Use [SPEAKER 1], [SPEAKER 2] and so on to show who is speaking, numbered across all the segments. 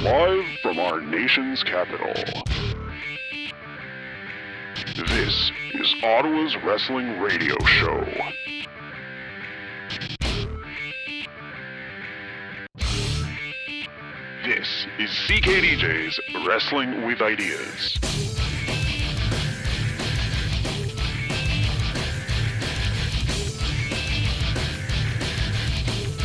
[SPEAKER 1] Live from our nation's capital. This is Ottawa's Wrestling Radio Show. This is CKDJ's Wrestling with Ideas.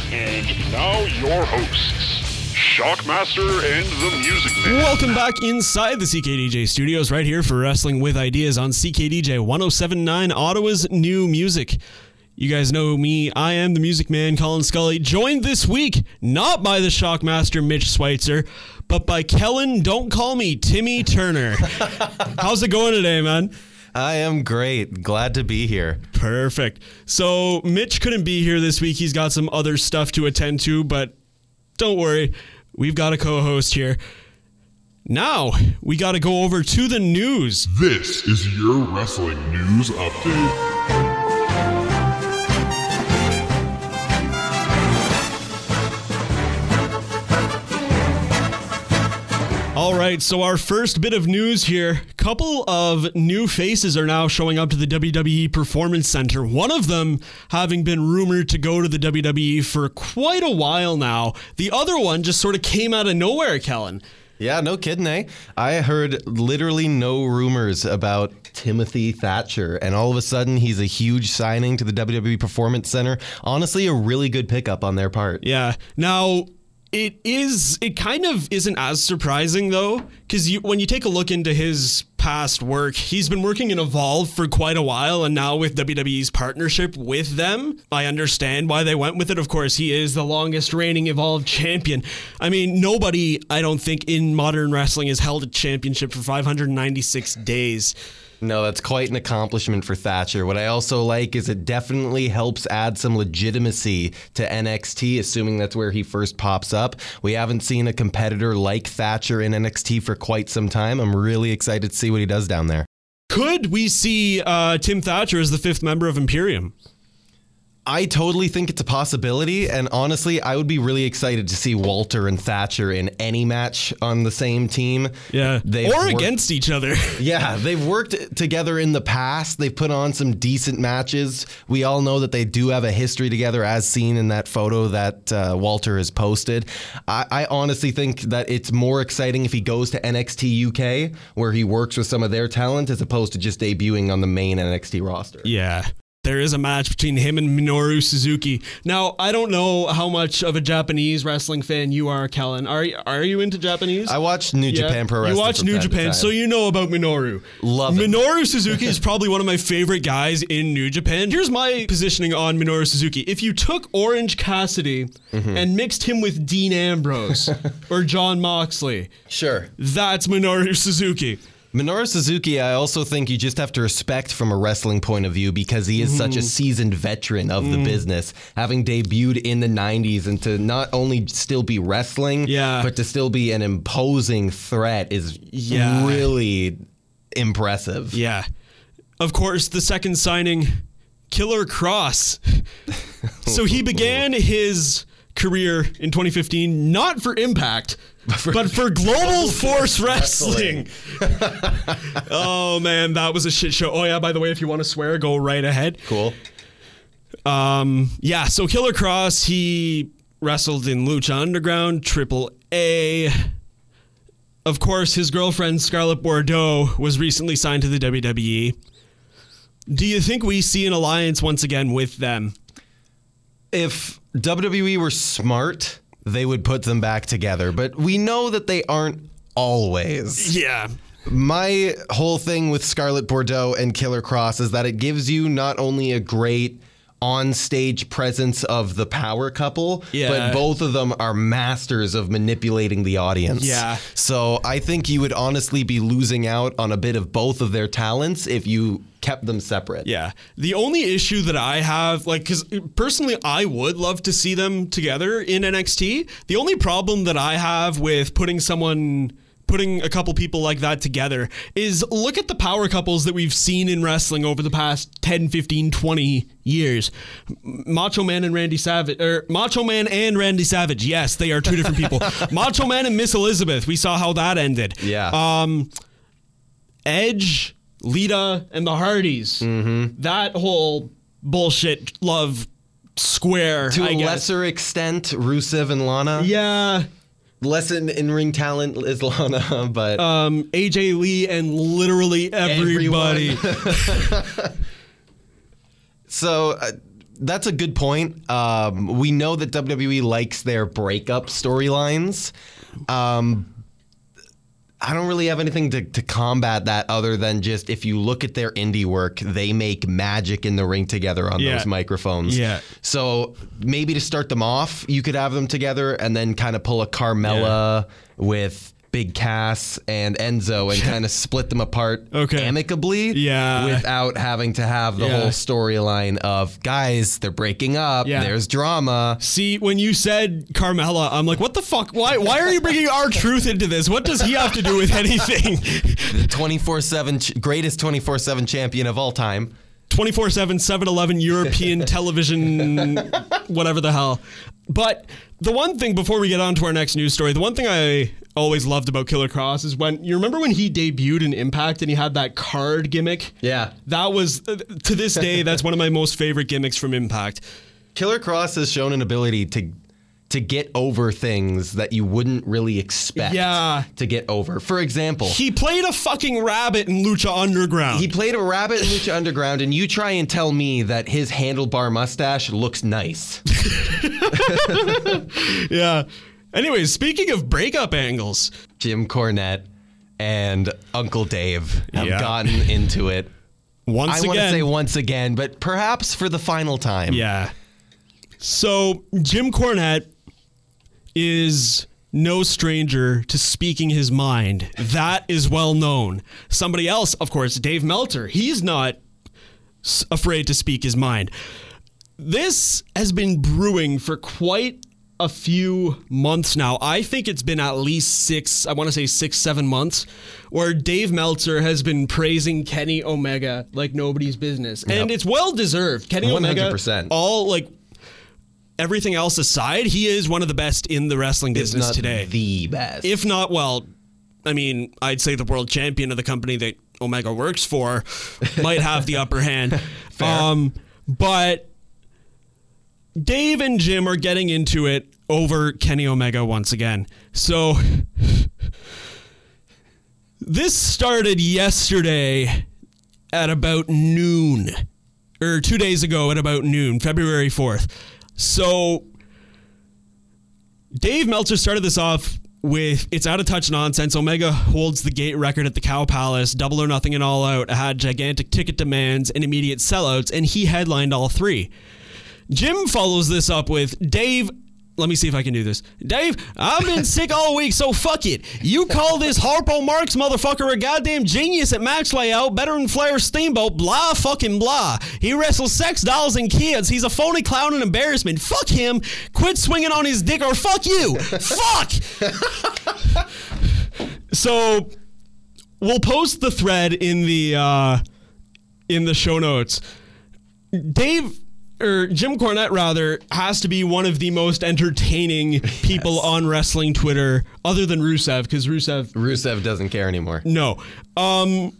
[SPEAKER 1] And now your hosts, Shockmaster and the Music Man.
[SPEAKER 2] Welcome back inside the CKDJ studios, right here for Wrestling with Ideas on CKDJ 1079, Ottawa's new music. You guys know me. I am the music man, Colin Scully, joined this week not by the Shockmaster Mitch Schweitzer, but by Kellen, don't call me Timmy Turner. How's it going today, man?
[SPEAKER 3] I am great. Glad to be here.
[SPEAKER 2] Perfect. So Mitch couldn't be here this week. He's got some other stuff to attend to, but don't worry. We've got a co-host here. Now, we got to go over to the news.
[SPEAKER 4] This is your wrestling news update.
[SPEAKER 2] All right, so our first bit of news here. Couple of new faces are now showing up to the WWE Performance Center. One of them having been rumored to go to the WWE for quite a while now. The other one just sort of came out of nowhere, Kellen.
[SPEAKER 3] Yeah, no kidding, eh? I heard literally no rumors about Timothy Thatcher, and all of a sudden he's a huge signing to the WWE Performance Center. Honestly, a really good pickup on their part.
[SPEAKER 2] Yeah. Now it is. It kind of isn't as surprising though, because you when you take a look into his past work, he's been working in Evolve for quite a while, and now with WWE's partnership with them, I understand why they went with it. Of course, he is the longest reigning Evolve champion. I mean, nobody, I don't think, in modern wrestling has held a championship for 596 days.
[SPEAKER 3] No, that's quite an accomplishment for Thatcher. What I also like is it definitely helps add some legitimacy to NXT, assuming that's where he first pops up. We haven't seen a competitor like Thatcher in NXT for quite some time. I'm really excited to see what he does down there.
[SPEAKER 2] Could we see uh, Tim Thatcher as the fifth member of Imperium?
[SPEAKER 3] I totally think it's a possibility, and honestly, I would be really excited to see Walter and Thatcher in any match on the same team.
[SPEAKER 2] Yeah.
[SPEAKER 3] They've
[SPEAKER 2] or
[SPEAKER 3] worked-
[SPEAKER 2] against each other.
[SPEAKER 3] Yeah, they've worked together in the past. They've put on some decent matches. We all know that they do have a history together, as seen in that photo that uh, Walter has posted. I, I honestly think that it's more exciting if he goes to NXT UK, where he works with some of their talent, as opposed to just debuting on the main NXT roster.
[SPEAKER 2] Yeah. There is a match between him and Minoru Suzuki. Now, I don't know how much of a Japanese wrestling fan you are, Kellen. Are are you into Japanese?
[SPEAKER 3] I watched New
[SPEAKER 2] Yeah.
[SPEAKER 3] Japan Pro Wrestling.
[SPEAKER 2] You watch
[SPEAKER 3] from
[SPEAKER 2] New
[SPEAKER 3] time to
[SPEAKER 2] Japan,
[SPEAKER 3] time.
[SPEAKER 2] so you know about Minoru.
[SPEAKER 3] Love him.
[SPEAKER 2] Minoru Suzuki is probably one of my favorite guys in New Japan. Here's my positioning on Minoru Suzuki. If you took Orange Cassidy
[SPEAKER 3] Mm-hmm.
[SPEAKER 2] and mixed him with Dean Ambrose or John Moxley,
[SPEAKER 3] sure.
[SPEAKER 2] that's Minoru Suzuki.
[SPEAKER 3] Minoru Suzuki, I also think you just have to respect from a wrestling point of view because he is such
[SPEAKER 2] Mm-hmm.
[SPEAKER 3] a seasoned veteran of
[SPEAKER 2] Mm.
[SPEAKER 3] the business, having debuted in the 90s and to not only still be wrestling,
[SPEAKER 2] Yeah.
[SPEAKER 3] but to still be an imposing threat is
[SPEAKER 2] Yeah.
[SPEAKER 3] really impressive.
[SPEAKER 2] Yeah. Of course, the second signing, Killer Cross. so he began his career in 2015 not for Impact, but for Global Force Wrestling. oh man, that was a shit show. Oh yeah, by the way, if you want to swear, go right ahead.
[SPEAKER 3] Cool.
[SPEAKER 2] Um, Yeah, so Killer Cross, he wrestled in Lucha Underground, Triple A. Of course, his girlfriend Scarlett Bordeaux was recently signed to the WWE. Do you think we see an alliance once again with them?
[SPEAKER 3] If WWE were smart, they would put them back together, but we know that they aren't always.
[SPEAKER 2] Yeah.
[SPEAKER 3] My whole thing with Scarlet Bordeaux and Killer Cross is that it gives you not only a great on-stage presence of the power couple,
[SPEAKER 2] Yeah.
[SPEAKER 3] but both of them are masters of manipulating the audience.
[SPEAKER 2] Yeah.
[SPEAKER 3] So I think you would honestly be losing out on a bit of both of their talents if you kept them separate.
[SPEAKER 2] Yeah. The only issue that I have, like, because personally, I would love to see them together in NXT. The only problem that I have with putting someone putting a couple people like that together is look at the power couples that we've seen in wrestling over the past 10, 15, 20 years. M- Macho Man and Randy Savage, or Macho Man and Randy Savage. Yes, they are two different people. Macho Man and Miss Elizabeth. We saw how that ended.
[SPEAKER 3] Yeah.
[SPEAKER 2] Um, Edge, Lita, and the Hardys.
[SPEAKER 3] Mm-hmm.
[SPEAKER 2] That whole bullshit love square.
[SPEAKER 3] to
[SPEAKER 2] I
[SPEAKER 3] a
[SPEAKER 2] guess.
[SPEAKER 3] lesser extent, Rusev and Lana.
[SPEAKER 2] Yeah.
[SPEAKER 3] Less in, in ring talent is Lana, but
[SPEAKER 2] Um, AJ Lee and literally everybody.
[SPEAKER 3] So uh, that's a good point. Um, we know that WWE likes their breakup storylines. Um, I don't really have anything to, to combat that other than just if you look at their indie work, they make magic in the ring together on
[SPEAKER 2] Yeah.
[SPEAKER 3] those microphones.
[SPEAKER 2] Yeah.
[SPEAKER 3] So maybe to start them off, you could have them together and then kind of pull a Carmella with Big Cass and Enzo and kind of split them apart
[SPEAKER 2] Okay.
[SPEAKER 3] amicably
[SPEAKER 2] Yeah.
[SPEAKER 3] without having to have the
[SPEAKER 2] Yeah.
[SPEAKER 3] whole storyline of guys they're breaking up
[SPEAKER 2] Yeah.
[SPEAKER 3] there's drama
[SPEAKER 2] See, when you said Carmella, I'm like, what the fuck? Why? Why are you bringing our truth into this? What does he have to do with anything?
[SPEAKER 3] the 24-7 ch- greatest 24-7 champion of all time
[SPEAKER 2] 24 7, 7 11 European television, whatever the hell. But the one thing before we get on to our next news story, the one thing I always loved about Killer Cross is when you remember when he debuted in Impact and he had that card gimmick?
[SPEAKER 3] Yeah.
[SPEAKER 2] That was, uh, to this day, that's one of my most favorite gimmicks from Impact.
[SPEAKER 3] killer cross has shown an ability to to get over things that you wouldn't really expect
[SPEAKER 2] Yeah.
[SPEAKER 3] to get over for example
[SPEAKER 2] He played a fucking rabbit in Lucha Underground.
[SPEAKER 3] He played a rabbit in Lucha Underground, and you try and tell me that his handlebar mustache looks nice.
[SPEAKER 2] yeah. Anyways, speaking of breakup angles,
[SPEAKER 3] Jim Cornette and Uncle Dave have
[SPEAKER 2] Yeah.
[SPEAKER 3] gotten into it.
[SPEAKER 2] once
[SPEAKER 3] I
[SPEAKER 2] again,
[SPEAKER 3] want to say once again, but perhaps for the final time.
[SPEAKER 2] Yeah. So Jim Cornette is no stranger to speaking his mind. That is well known. Somebody else, of course, Dave Melter, he's not s- afraid to speak his mind. This has been brewing for quite a few months now. I think it's been at least six, I want to say six, seven months, where Dave Meltzer has been praising Kenny Omega like nobody's business. And it's well deserved. Kenny Omega,
[SPEAKER 3] 100%.
[SPEAKER 2] all like everything else aside, he is one of the best in the wrestling
[SPEAKER 3] It's
[SPEAKER 2] business
[SPEAKER 3] not
[SPEAKER 2] today.
[SPEAKER 3] the best.
[SPEAKER 2] if not, well, I mean, I'd say the world champion of the company that Omega works for might have the upper hand. Um, but Dave and Jim are getting into it over Kenny Omega once again. So this started yesterday at about noon, or two days ago at about noon, February 4th. So Dave Meltzer started this off with it's out of touch nonsense. Omega holds the gate record at the Cow Palace, double or nothing and all out, had gigantic ticket demands and immediate sellouts, and he headlined all three. Jim follows this up with Dave. Let me see if I can do this. Dave, I've been sick all week, so fuck it. You call this Harpo Marx motherfucker a goddamn genius at match layout, better than Flair Steamboat, blah fucking blah. He wrestles sex dolls and kids. He's a phony clown and embarrassment. Fuck him. Quit swinging on his dick or fuck you. fuck. so we'll post the thread in the uh, in the show notes. Dave or Jim Cornette rather has to be one of the most entertaining people on wrestling Twitter, other than Rusev, because Rusev.
[SPEAKER 3] Rusev doesn't care anymore.
[SPEAKER 2] No. Um,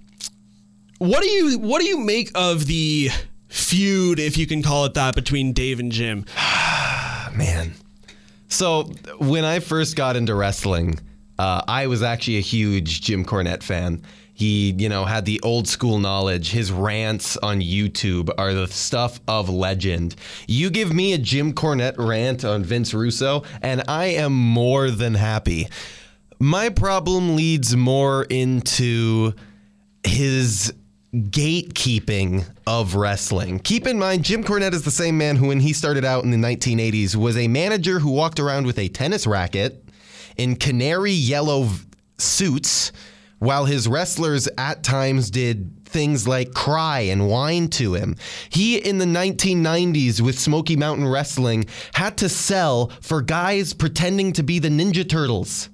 [SPEAKER 2] what do you what do you make of the feud, if you can call it that, between Dave and Jim?
[SPEAKER 3] Ah, man. So when I first got into wrestling, uh, I was actually a huge Jim Cornette fan. He, you know, had the old school knowledge. His rants on YouTube are the stuff of legend. You give me a Jim Cornette rant on Vince Russo, and I am more than happy. My problem leads more into his gatekeeping of wrestling. Keep in mind, Jim Cornette is the same man who, when he started out in the 1980s, was a manager who walked around with a tennis racket in canary yellow v- suits, while his wrestlers at times did things like cry and whine to him. He, in the 1990s with Smoky Mountain Wrestling, had to sell for guys pretending to be the Ninja Turtles.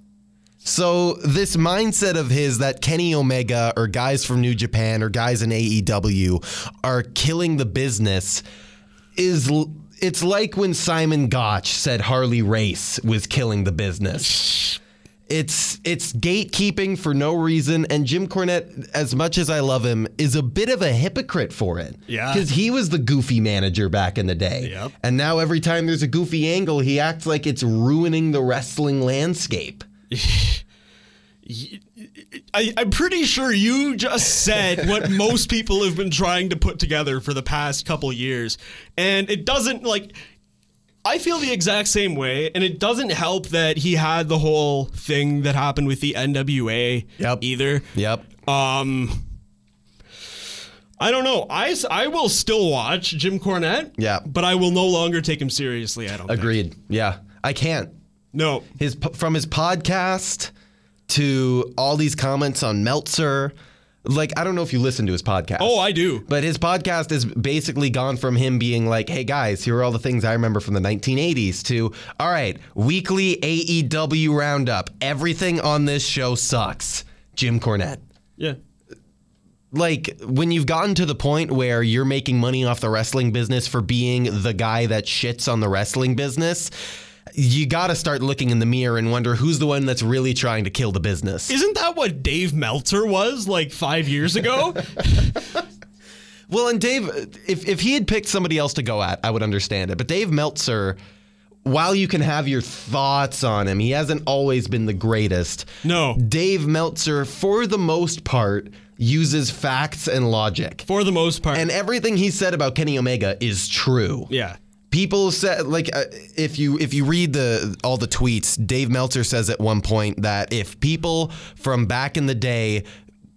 [SPEAKER 3] So this mindset of his that Kenny Omega or guys from New Japan or guys in AEW are killing the business is l- it's like when Simon Gotch said Harley Race was killing the business. It's it's gatekeeping for no reason, and Jim Cornette, as much as I love him, is a bit of a hypocrite for it.
[SPEAKER 2] Yeah.
[SPEAKER 3] because he was the goofy manager back in the day,
[SPEAKER 2] Yep.
[SPEAKER 3] and now every time there's a goofy angle, he acts like it's ruining the wrestling landscape.
[SPEAKER 2] I, I'm pretty sure you just said what most people have been trying to put together for the past couple years. And it doesn't, like, I feel the exact same way. And it doesn't help that he had the whole thing that happened with the NWA
[SPEAKER 3] Yep.
[SPEAKER 2] either.
[SPEAKER 3] Yep.
[SPEAKER 2] Um, I don't know. I, s- I will still watch Jim Cornette.
[SPEAKER 3] Yeah.
[SPEAKER 2] But I will no longer take him seriously. I don't think.
[SPEAKER 3] Agreed. Yeah. I can't.
[SPEAKER 2] No.
[SPEAKER 3] His po- from his podcast to all these comments on Meltzer. Like I don't know if you listen to his podcast.
[SPEAKER 2] Oh, I do.
[SPEAKER 3] But his podcast has basically gone from him being like, "Hey guys, here are all the things I remember from the 1980s" to, "All right, weekly AEW roundup. Everything on this show sucks." Jim Cornette.
[SPEAKER 2] Yeah.
[SPEAKER 3] Like when you've gotten to the point where you're making money off the wrestling business for being the guy that shits on the wrestling business, you got to start looking in the mirror and wonder who's the one that's really trying to kill the business.
[SPEAKER 2] Isn't that what Dave Meltzer was like five years ago?
[SPEAKER 3] Well, and Dave, if, if he had picked somebody else to go at, I would understand it. But Dave Meltzer, while you can have your thoughts on him, he hasn't always been the greatest.
[SPEAKER 2] No.
[SPEAKER 3] Dave Meltzer, for the most part, uses facts and logic.
[SPEAKER 2] For the most part.
[SPEAKER 3] And everything he said about Kenny Omega is true.
[SPEAKER 2] yeah.
[SPEAKER 3] People said like uh, if you if you read the all the tweets, Dave Meltzer says at one point that if people from back in the day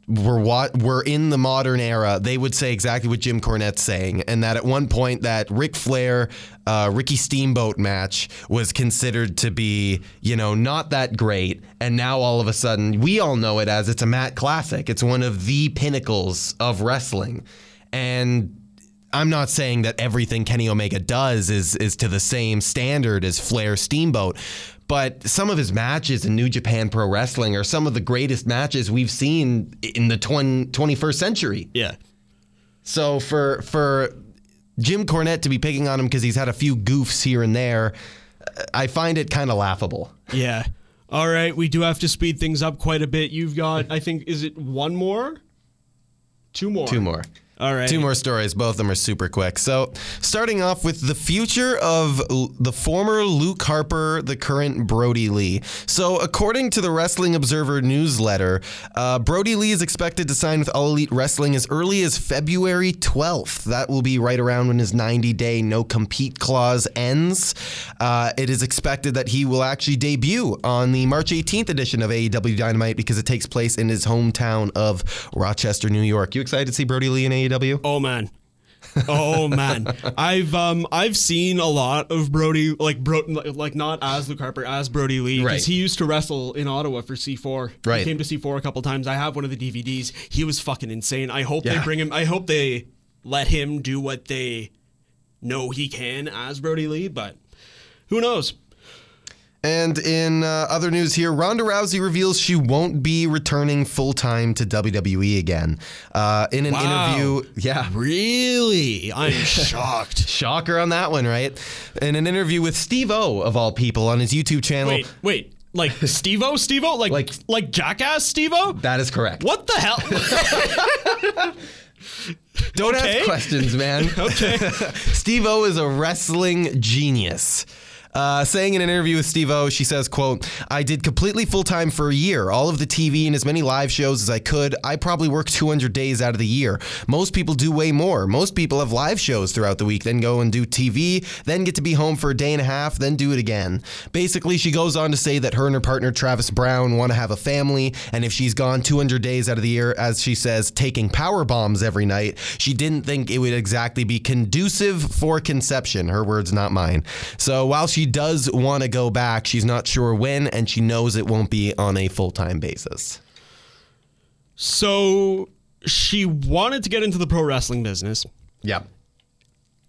[SPEAKER 3] were what were in the modern era, they would say exactly what Jim Cornette's saying, and that at one point that Ric Flair, uh, Ricky Steamboat match was considered to be you know not that great, and now all of a sudden we all know it as it's a Matt classic. It's one of the pinnacles of wrestling, and I'm not saying that everything Kenny Omega does is is to the same standard as Flair Steamboat, but some of his matches in New Japan Pro Wrestling are some of the greatest matches we've seen in the 20, 21st century.
[SPEAKER 2] Yeah.
[SPEAKER 3] So for for Jim Cornette to be picking on him because he's had a few goofs here and there, I find it kind of laughable.
[SPEAKER 2] Yeah. All right. We do have to speed things up quite a bit. You've got, I think, is it one more? Two more.
[SPEAKER 3] Two more.
[SPEAKER 2] All right.
[SPEAKER 3] Two more stories. Both of them are super quick. So, starting off with the future of l- the former Luke Harper, the current Brody Lee. So, according to the Wrestling Observer newsletter, uh, Brody Lee is expected to sign with All Elite Wrestling as early as February 12th. That will be right around when his 90 day no compete clause ends. Uh, it is expected that he will actually debut on the March 18th edition of AEW Dynamite because it takes place in his hometown of Rochester, New York. You excited to see Brody Lee in E AEW?
[SPEAKER 2] Oh man. Oh man. I've um I've seen a lot of Brody like Bro like not as Luke Harper as Brody Lee because
[SPEAKER 3] Right.
[SPEAKER 2] he used to wrestle in Ottawa for C4.
[SPEAKER 3] Right.
[SPEAKER 2] He came to C4 a couple times. I have one of the DVDs. He was fucking insane. I hope they
[SPEAKER 3] Yeah.
[SPEAKER 2] bring him I hope they let him do what they know he can as Brody Lee, but who knows?
[SPEAKER 3] And in uh, other news here, Ronda Rousey reveals she won't be returning full time to WWE again. Uh, in an
[SPEAKER 2] Wow.
[SPEAKER 3] interview, yeah.
[SPEAKER 2] Really? I'm shocked.
[SPEAKER 3] Shocker on that one, right? In an interview with Steve O, of all people, on his YouTube channel.
[SPEAKER 2] Wait, wait. Like Stevo, Stevo, like like,
[SPEAKER 3] Like-
[SPEAKER 2] like Jackass Stevo?
[SPEAKER 3] That is correct.
[SPEAKER 2] What the hell?
[SPEAKER 3] Don't
[SPEAKER 2] Okay.
[SPEAKER 3] ask questions, man. okay. Steve O is a wrestling genius. Uh, saying in an interview with Steve O, she says, quote, I did completely full time for a year, all of the TV and as many live shows as I could. I probably work 200 days out of the year. Most people do way more. Most people have live shows throughout the week, then go and do TV, then get to be home for a day and a half, then do it again. Basically, she goes on to say that her and her partner, Travis Brown, want to have a family, and if she's gone 200 days out of the year, as she says, taking power bombs every night, she didn't think it would exactly be conducive for conception. Her words, not mine. So while she does want to go back, she's not sure when, and she knows it won't be on a full time basis.
[SPEAKER 2] So she wanted to get into the pro wrestling business.
[SPEAKER 3] Yeah.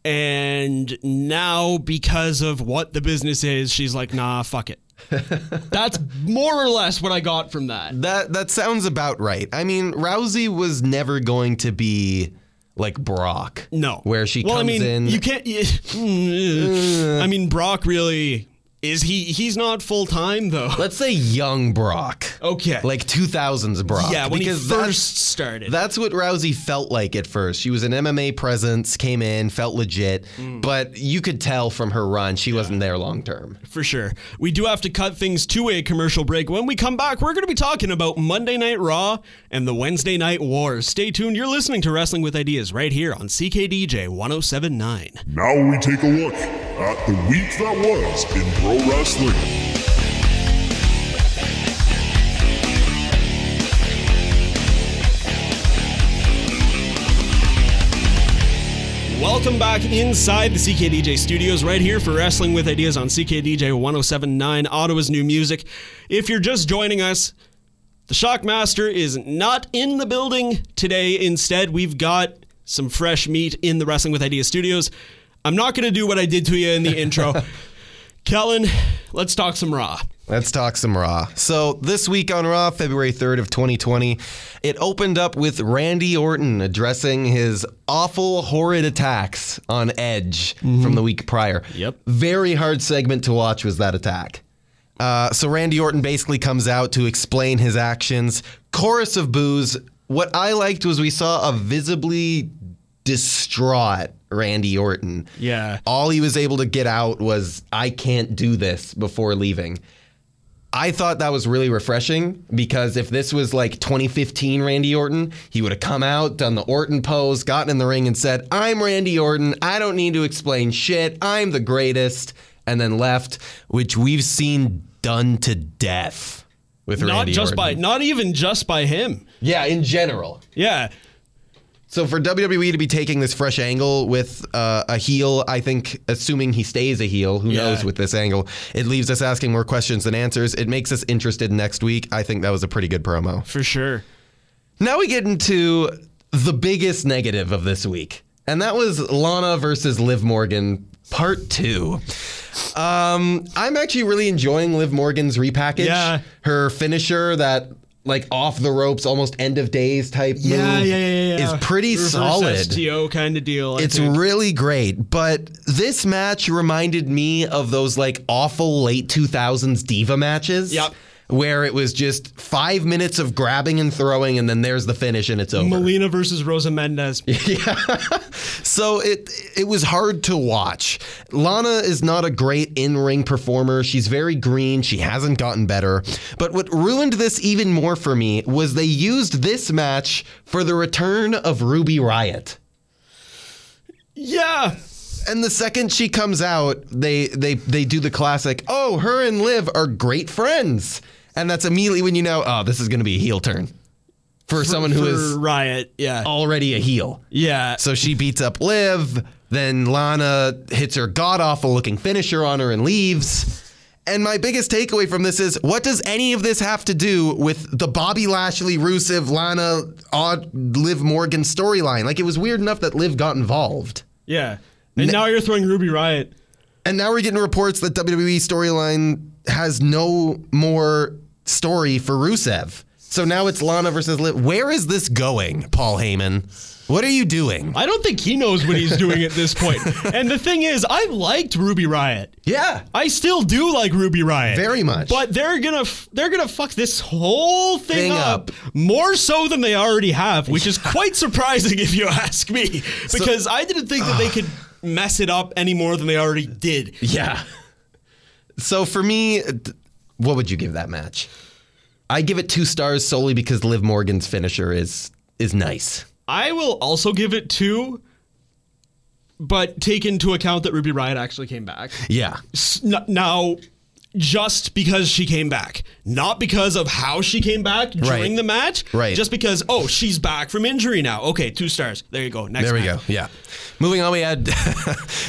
[SPEAKER 2] And now, because of what the business is, she's like, nah, fuck it. That's more or less what I got from that.
[SPEAKER 3] That that sounds about right. I mean, Rousey was never going to be like Brock.
[SPEAKER 2] No,
[SPEAKER 3] Where she
[SPEAKER 2] well,
[SPEAKER 3] comes
[SPEAKER 2] I mean,
[SPEAKER 3] in.
[SPEAKER 2] You can't. You, I mean, Brock really is he? He's not full time though.
[SPEAKER 3] Let's say young Brock.
[SPEAKER 2] Okay.
[SPEAKER 3] Like 2000s Brock.
[SPEAKER 2] yeah, when he
[SPEAKER 3] because
[SPEAKER 2] first
[SPEAKER 3] that's-
[SPEAKER 2] started.
[SPEAKER 3] That's what Rousey felt like at first. She was an MMA presence, came in, felt legit,
[SPEAKER 2] Mm.
[SPEAKER 3] but you could tell from her run she wasn't there long term.
[SPEAKER 2] for sure. We do have to cut things to a commercial break. When we come back, we're going to be talking about Monday Night Raw and the Wednesday Night Wars. Stay tuned. You're listening to Wrestling with Ideas right here on CKDJ 1079.
[SPEAKER 4] Now we take a look at the week that was in pro wrestling.
[SPEAKER 2] Welcome back inside the CKDJ studios, right here for Wrestling with Ideas on CKDJ 1079, Ottawa's new music. If you're just joining us, the Shockmaster is not in the building today. Instead, we've got some fresh meat in the Wrestling with Ideas studios. I'm not going to do what I did to you in the intro. Kellen, let's talk some Raw.
[SPEAKER 3] Let's talk some Raw. So this week on Raw, February 3rd of 2020, it opened up with Randy Orton addressing his awful, horrid attacks on Edge from the week prior.
[SPEAKER 2] Mm-hmm. Yep.
[SPEAKER 3] Very hard segment to watch was that attack. Uh, so Randy Orton basically comes out to explain his actions. Chorus of boos. What I liked was we saw a visibly distraught Randy Orton.
[SPEAKER 2] Yeah.
[SPEAKER 3] All he was able to get out was, I can't do this before leaving. I thought that was really refreshing because if this was like 2015 Randy Orton, he would have come out, done the Orton pose, gotten in the ring, and said, I'm Randy Orton. I don't need to explain shit. I'm the greatest. And then left, which we've seen done to death with
[SPEAKER 2] Not
[SPEAKER 3] Randy
[SPEAKER 2] just by,
[SPEAKER 3] Orton.
[SPEAKER 2] not even just by him.
[SPEAKER 3] Yeah, in general.
[SPEAKER 2] Yeah.
[SPEAKER 3] So for WWE to be taking this fresh angle with uh, a heel, I think, assuming he stays a heel, who
[SPEAKER 2] Yeah.
[SPEAKER 3] knows with this angle, it leaves us asking more questions than answers. It makes us interested next week. I think that was a pretty good promo.
[SPEAKER 2] For sure.
[SPEAKER 3] Now we get into the biggest negative of this week, and that was Lana versus Liv Morgan. Part two. Um, I'm actually really enjoying Liv Morgan's repackage.
[SPEAKER 2] Yeah.
[SPEAKER 3] Her finisher, that like off the ropes, almost end of days type
[SPEAKER 2] Yeah,
[SPEAKER 3] move,
[SPEAKER 2] yeah, yeah, yeah.
[SPEAKER 3] is pretty
[SPEAKER 2] Reverse
[SPEAKER 3] solid.
[SPEAKER 2] STO kind of deal. I
[SPEAKER 3] It's
[SPEAKER 2] think.
[SPEAKER 3] really great, but this match reminded me of those like awful late 2000s diva matches.
[SPEAKER 2] Yep.
[SPEAKER 3] Where it was just five minutes of grabbing and throwing, and then there's the finish, and it's over.
[SPEAKER 2] Melina versus Rosa Mendez.
[SPEAKER 3] So it it was hard to watch. Lana is not a great in-ring performer. She's very green. She hasn't gotten better. But what ruined this even more for me was they used this match for the return of Ruby Riot.
[SPEAKER 2] Yeah.
[SPEAKER 3] And the second she comes out, they they they do the classic, "Oh, her and Liv are great friends." And that's immediately when you know, "Oh, this is going to be a heel turn." For, someone who
[SPEAKER 2] for
[SPEAKER 3] is
[SPEAKER 2] Riot. Yeah.
[SPEAKER 3] already a heel.
[SPEAKER 2] Yeah.
[SPEAKER 3] So she beats up Liv, then Lana hits her god awful looking finisher on her and leaves. And my biggest takeaway from this is what does any of this have to do with the Bobby Lashley, Rusev, Lana, odd Liv Morgan storyline? Like it was weird enough that Liv got involved.
[SPEAKER 2] yeah. And now you're throwing Ruby Riot.
[SPEAKER 3] And now we're getting reports that WWE storyline has no more story for Rusev. So now it's Lana versus Liv. Where is this going, Paul Heyman? What are you doing?
[SPEAKER 2] I don't think he knows what he's doing at this point. And the thing is, I liked Ruby Riot.
[SPEAKER 3] Yeah.
[SPEAKER 2] I still do like Ruby Riot.
[SPEAKER 3] Very much.
[SPEAKER 2] But they're gonna f- they're gonna fuck this whole thing,
[SPEAKER 3] Thing
[SPEAKER 2] up, more so than they already have, which is quite surprising if you ask me. Because I didn't think that they could mess it up any more than they already did.
[SPEAKER 3] Yeah. So for me, th- what would you give that match? I give it two stars solely because Liv Morgan's finisher is is nice.
[SPEAKER 2] I will also give it two, but take into account that Ruby Riot actually came back.
[SPEAKER 3] Yeah.
[SPEAKER 2] S- n- Now, just because she came back, not because of how she came back during
[SPEAKER 3] Right.
[SPEAKER 2] the match,
[SPEAKER 3] Right.
[SPEAKER 2] Just because oh she's back from injury now. Okay, two stars. There you go. Next.
[SPEAKER 3] There we go.
[SPEAKER 2] match.
[SPEAKER 3] Yeah. Moving on, we had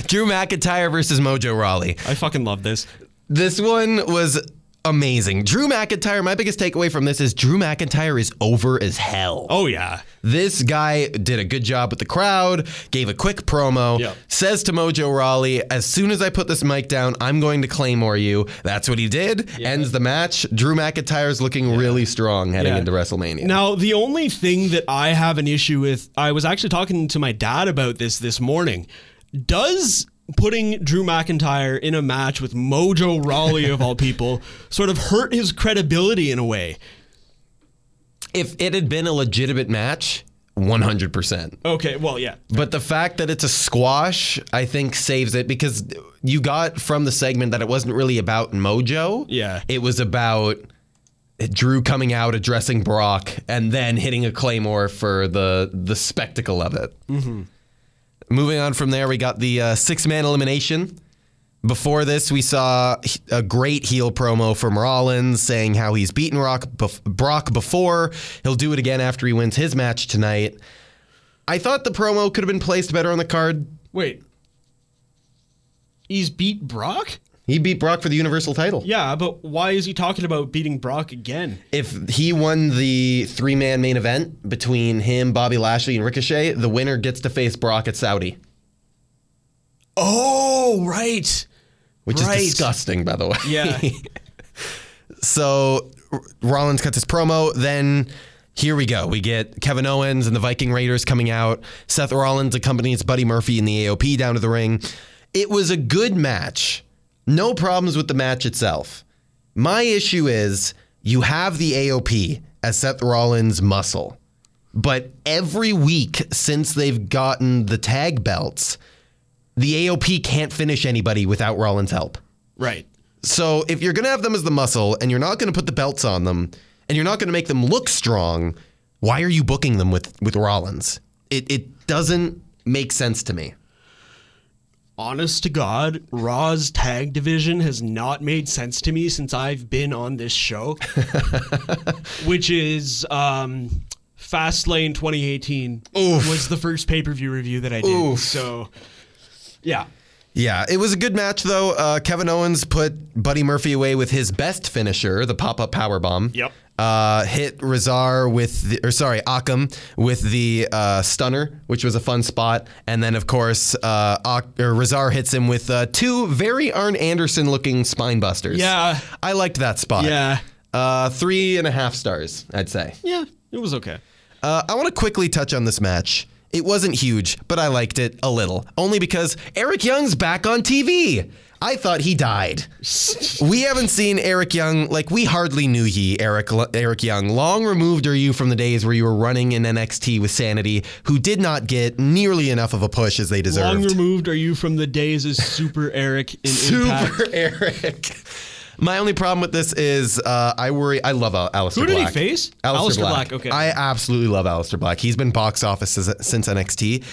[SPEAKER 3] Drew McIntyre versus Mojo Rawley.
[SPEAKER 2] I fucking love this.
[SPEAKER 3] This one was amazing. Drew McIntyre, my biggest takeaway from this is Drew McIntyre is over as hell.
[SPEAKER 2] Oh yeah.
[SPEAKER 3] This guy did a good job with the crowd, gave a quick promo,
[SPEAKER 2] Yep.
[SPEAKER 3] says to Mojo Rawley, as soon as I put this mic down, I'm going to claymore you. That's what he did. Ends the match. Drew McIntyre's looking really strong heading
[SPEAKER 2] Yeah.
[SPEAKER 3] into WrestleMania.
[SPEAKER 2] Now, the only thing that I have an issue with, I was actually talking to my dad about this this morning. Does putting Drew McIntyre in a match with Mojo Rawley, of all people, sort of hurt his credibility in a way?
[SPEAKER 3] If it had been a legitimate match, 100%.
[SPEAKER 2] Okay, well, yeah.
[SPEAKER 3] But the fact that it's a squash, I think, saves it because you got from the segment that it wasn't really about Mojo.
[SPEAKER 2] Yeah.
[SPEAKER 3] It was about Drew coming out, addressing Brock, and then hitting a claymore for the the spectacle of it. Moving on from there, we got the uh, six man elimination. Before this, we saw a great heel promo from Rollins saying how he's beaten Rock bef- Brock before. He'll do it again after he wins his match tonight. I thought the promo could have been placed better on the card.
[SPEAKER 2] Wait. He's beat Brock?
[SPEAKER 3] He beat Brock for the Universal title.
[SPEAKER 2] Yeah, but why is he talking about beating Brock again?
[SPEAKER 3] If he won the three man main event between him, Bobby Lashley, and Ricochet, the winner gets to face Brock at Saudi,
[SPEAKER 2] Oh, right.
[SPEAKER 3] which
[SPEAKER 2] Right.
[SPEAKER 3] is disgusting, by the way.
[SPEAKER 2] Yeah.
[SPEAKER 3] So R- Rollins cuts his promo. Then here we go. We get Kevin Owens and the Viking Raiders coming out. Seth Rollins accompanies Buddy Murphy in the AOP down to the ring. It was a good match. No problems with the match itself. My issue is you have the AOP as Seth Rollins' muscle. But every week since they've gotten the tag belts, the AOP can't finish anybody without Rollins' help.
[SPEAKER 2] right.
[SPEAKER 3] So if you're going to have them as the muscle and you're not going to put the belts on them and you're not going to make them look strong, why are you booking them with with Rollins? It it doesn't make sense to me.
[SPEAKER 2] honest to God, Raw's tag division has not made sense to me since I've been on this show, which is um, Fastlane 2018 was the first pay per view review that I did. So, yeah.
[SPEAKER 3] Yeah, it was a good match though. Uh, Kevin Owens put Buddy Murphy away with his best finisher, the pop up power bomb.
[SPEAKER 2] Yep.
[SPEAKER 3] Uh, hit Razar with, the, or sorry, Akam with the uh, stunner, which was a fun spot, and then of course uh, Ak- or Razar hits him with uh, two very Arn Anderson looking spine busters.
[SPEAKER 2] Yeah.
[SPEAKER 3] I liked that spot.
[SPEAKER 2] Yeah.
[SPEAKER 3] Uh, three and a half stars, I'd say.
[SPEAKER 2] Yeah. It was okay.
[SPEAKER 3] Uh, I want to quickly touch on this match. It wasn't huge, but I liked it a little, only because Eric Young's back on TV. I thought he died. we haven't seen Eric Young like we hardly knew ye, Eric Eric Young. Long removed are you from the days where you were running in NXT with Sanity, who did not get nearly enough of a push as they deserved.
[SPEAKER 2] Long removed are you from the days as Super Eric in Impact?
[SPEAKER 3] Super Eric. My only problem with this is uh, I worry. I love Al- Alistair
[SPEAKER 2] Who did he
[SPEAKER 3] Black.
[SPEAKER 2] face?
[SPEAKER 3] Alistair,
[SPEAKER 2] Aleister
[SPEAKER 3] Black.
[SPEAKER 2] Black, okay.
[SPEAKER 3] I absolutely love Alistair Black. He's been box office since, since NXT.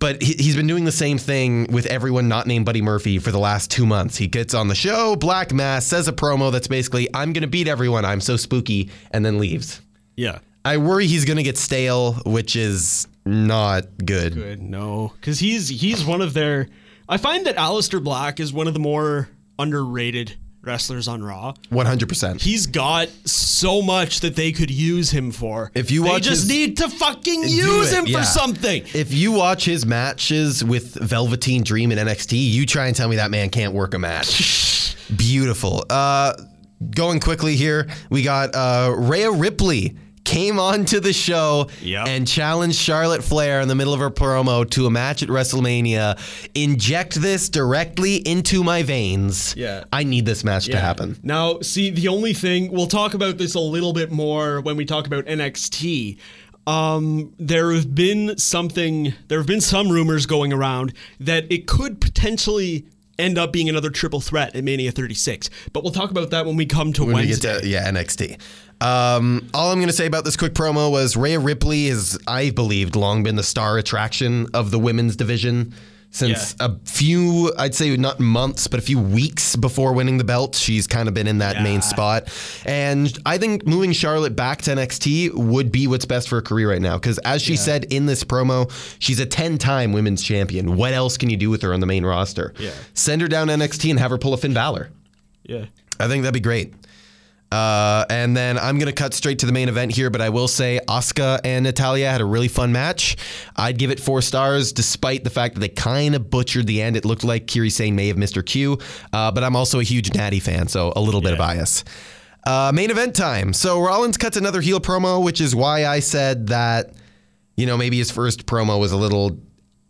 [SPEAKER 3] But he, he's been doing the same thing with everyone not named Buddy Murphy for the last two months. He gets on the show, Black Mass, says a promo that's basically, I'm going to beat everyone. I'm so spooky, and then leaves.
[SPEAKER 2] Yeah.
[SPEAKER 3] I worry he's going to get stale, which is not good.
[SPEAKER 2] Good. No, because he's he's one of their. I find that Aleister Black is one of the more underrated wrestlers on Raw.
[SPEAKER 3] 100%.
[SPEAKER 2] He's got so much that they could use him for.
[SPEAKER 3] If you
[SPEAKER 2] they
[SPEAKER 3] watch
[SPEAKER 2] just
[SPEAKER 3] his-
[SPEAKER 2] need to fucking
[SPEAKER 3] Do
[SPEAKER 2] use
[SPEAKER 3] it,
[SPEAKER 2] him
[SPEAKER 3] yeah.
[SPEAKER 2] for something.
[SPEAKER 3] If you watch his matches with Velveteen Dream and NXT, you try and tell me that man can't work a match. Beautiful. Uh, going quickly here, we got uh, Rhea Ripley came on to the show
[SPEAKER 2] Yep.
[SPEAKER 3] and challenged Charlotte Flair in the middle of her promo to a match at WrestleMania. Inject this directly into my veins.
[SPEAKER 2] Yeah.
[SPEAKER 3] I need this match to happen.
[SPEAKER 2] Now, see, the only thing we'll talk about this a little bit more when we talk about NXT. Um, there have been something, there have been some rumors going around that it could potentially end up being another triple threat at Mania 36. But we'll talk about that when we come to
[SPEAKER 3] when we
[SPEAKER 2] Wednesday.
[SPEAKER 3] get to yeah NXT. Um, all I'm going to say about this quick promo was Rhea Ripley has, I believed, long been the star attraction of the women's division since
[SPEAKER 2] Yeah.
[SPEAKER 3] a few, I'd say not months, but a few weeks before winning the belt. She's kind of been in that main spot, and I think moving Charlotte back to NXT would be what's best for her career right now. Because as she said in this promo, she's a 10-time women's champion. What else can you do with her on the main roster?
[SPEAKER 2] Yeah.
[SPEAKER 3] Send her down to NXT and have her pull a Finn Balor.
[SPEAKER 2] yeah.
[SPEAKER 3] I think that'd be great. Uh, and then I'm gonna cut straight to the main event here, but I will say Asuka and Natalia had a really fun match. I'd give it four stars, despite the fact that they kind of butchered the end. It looked like Kiri Sane may have missed her cue, uh, but I'm also a huge Natty fan, so a little bit of bias. Uh, main event time. So Rollins cuts another heel promo, which is why I said that you know, maybe his first promo was a little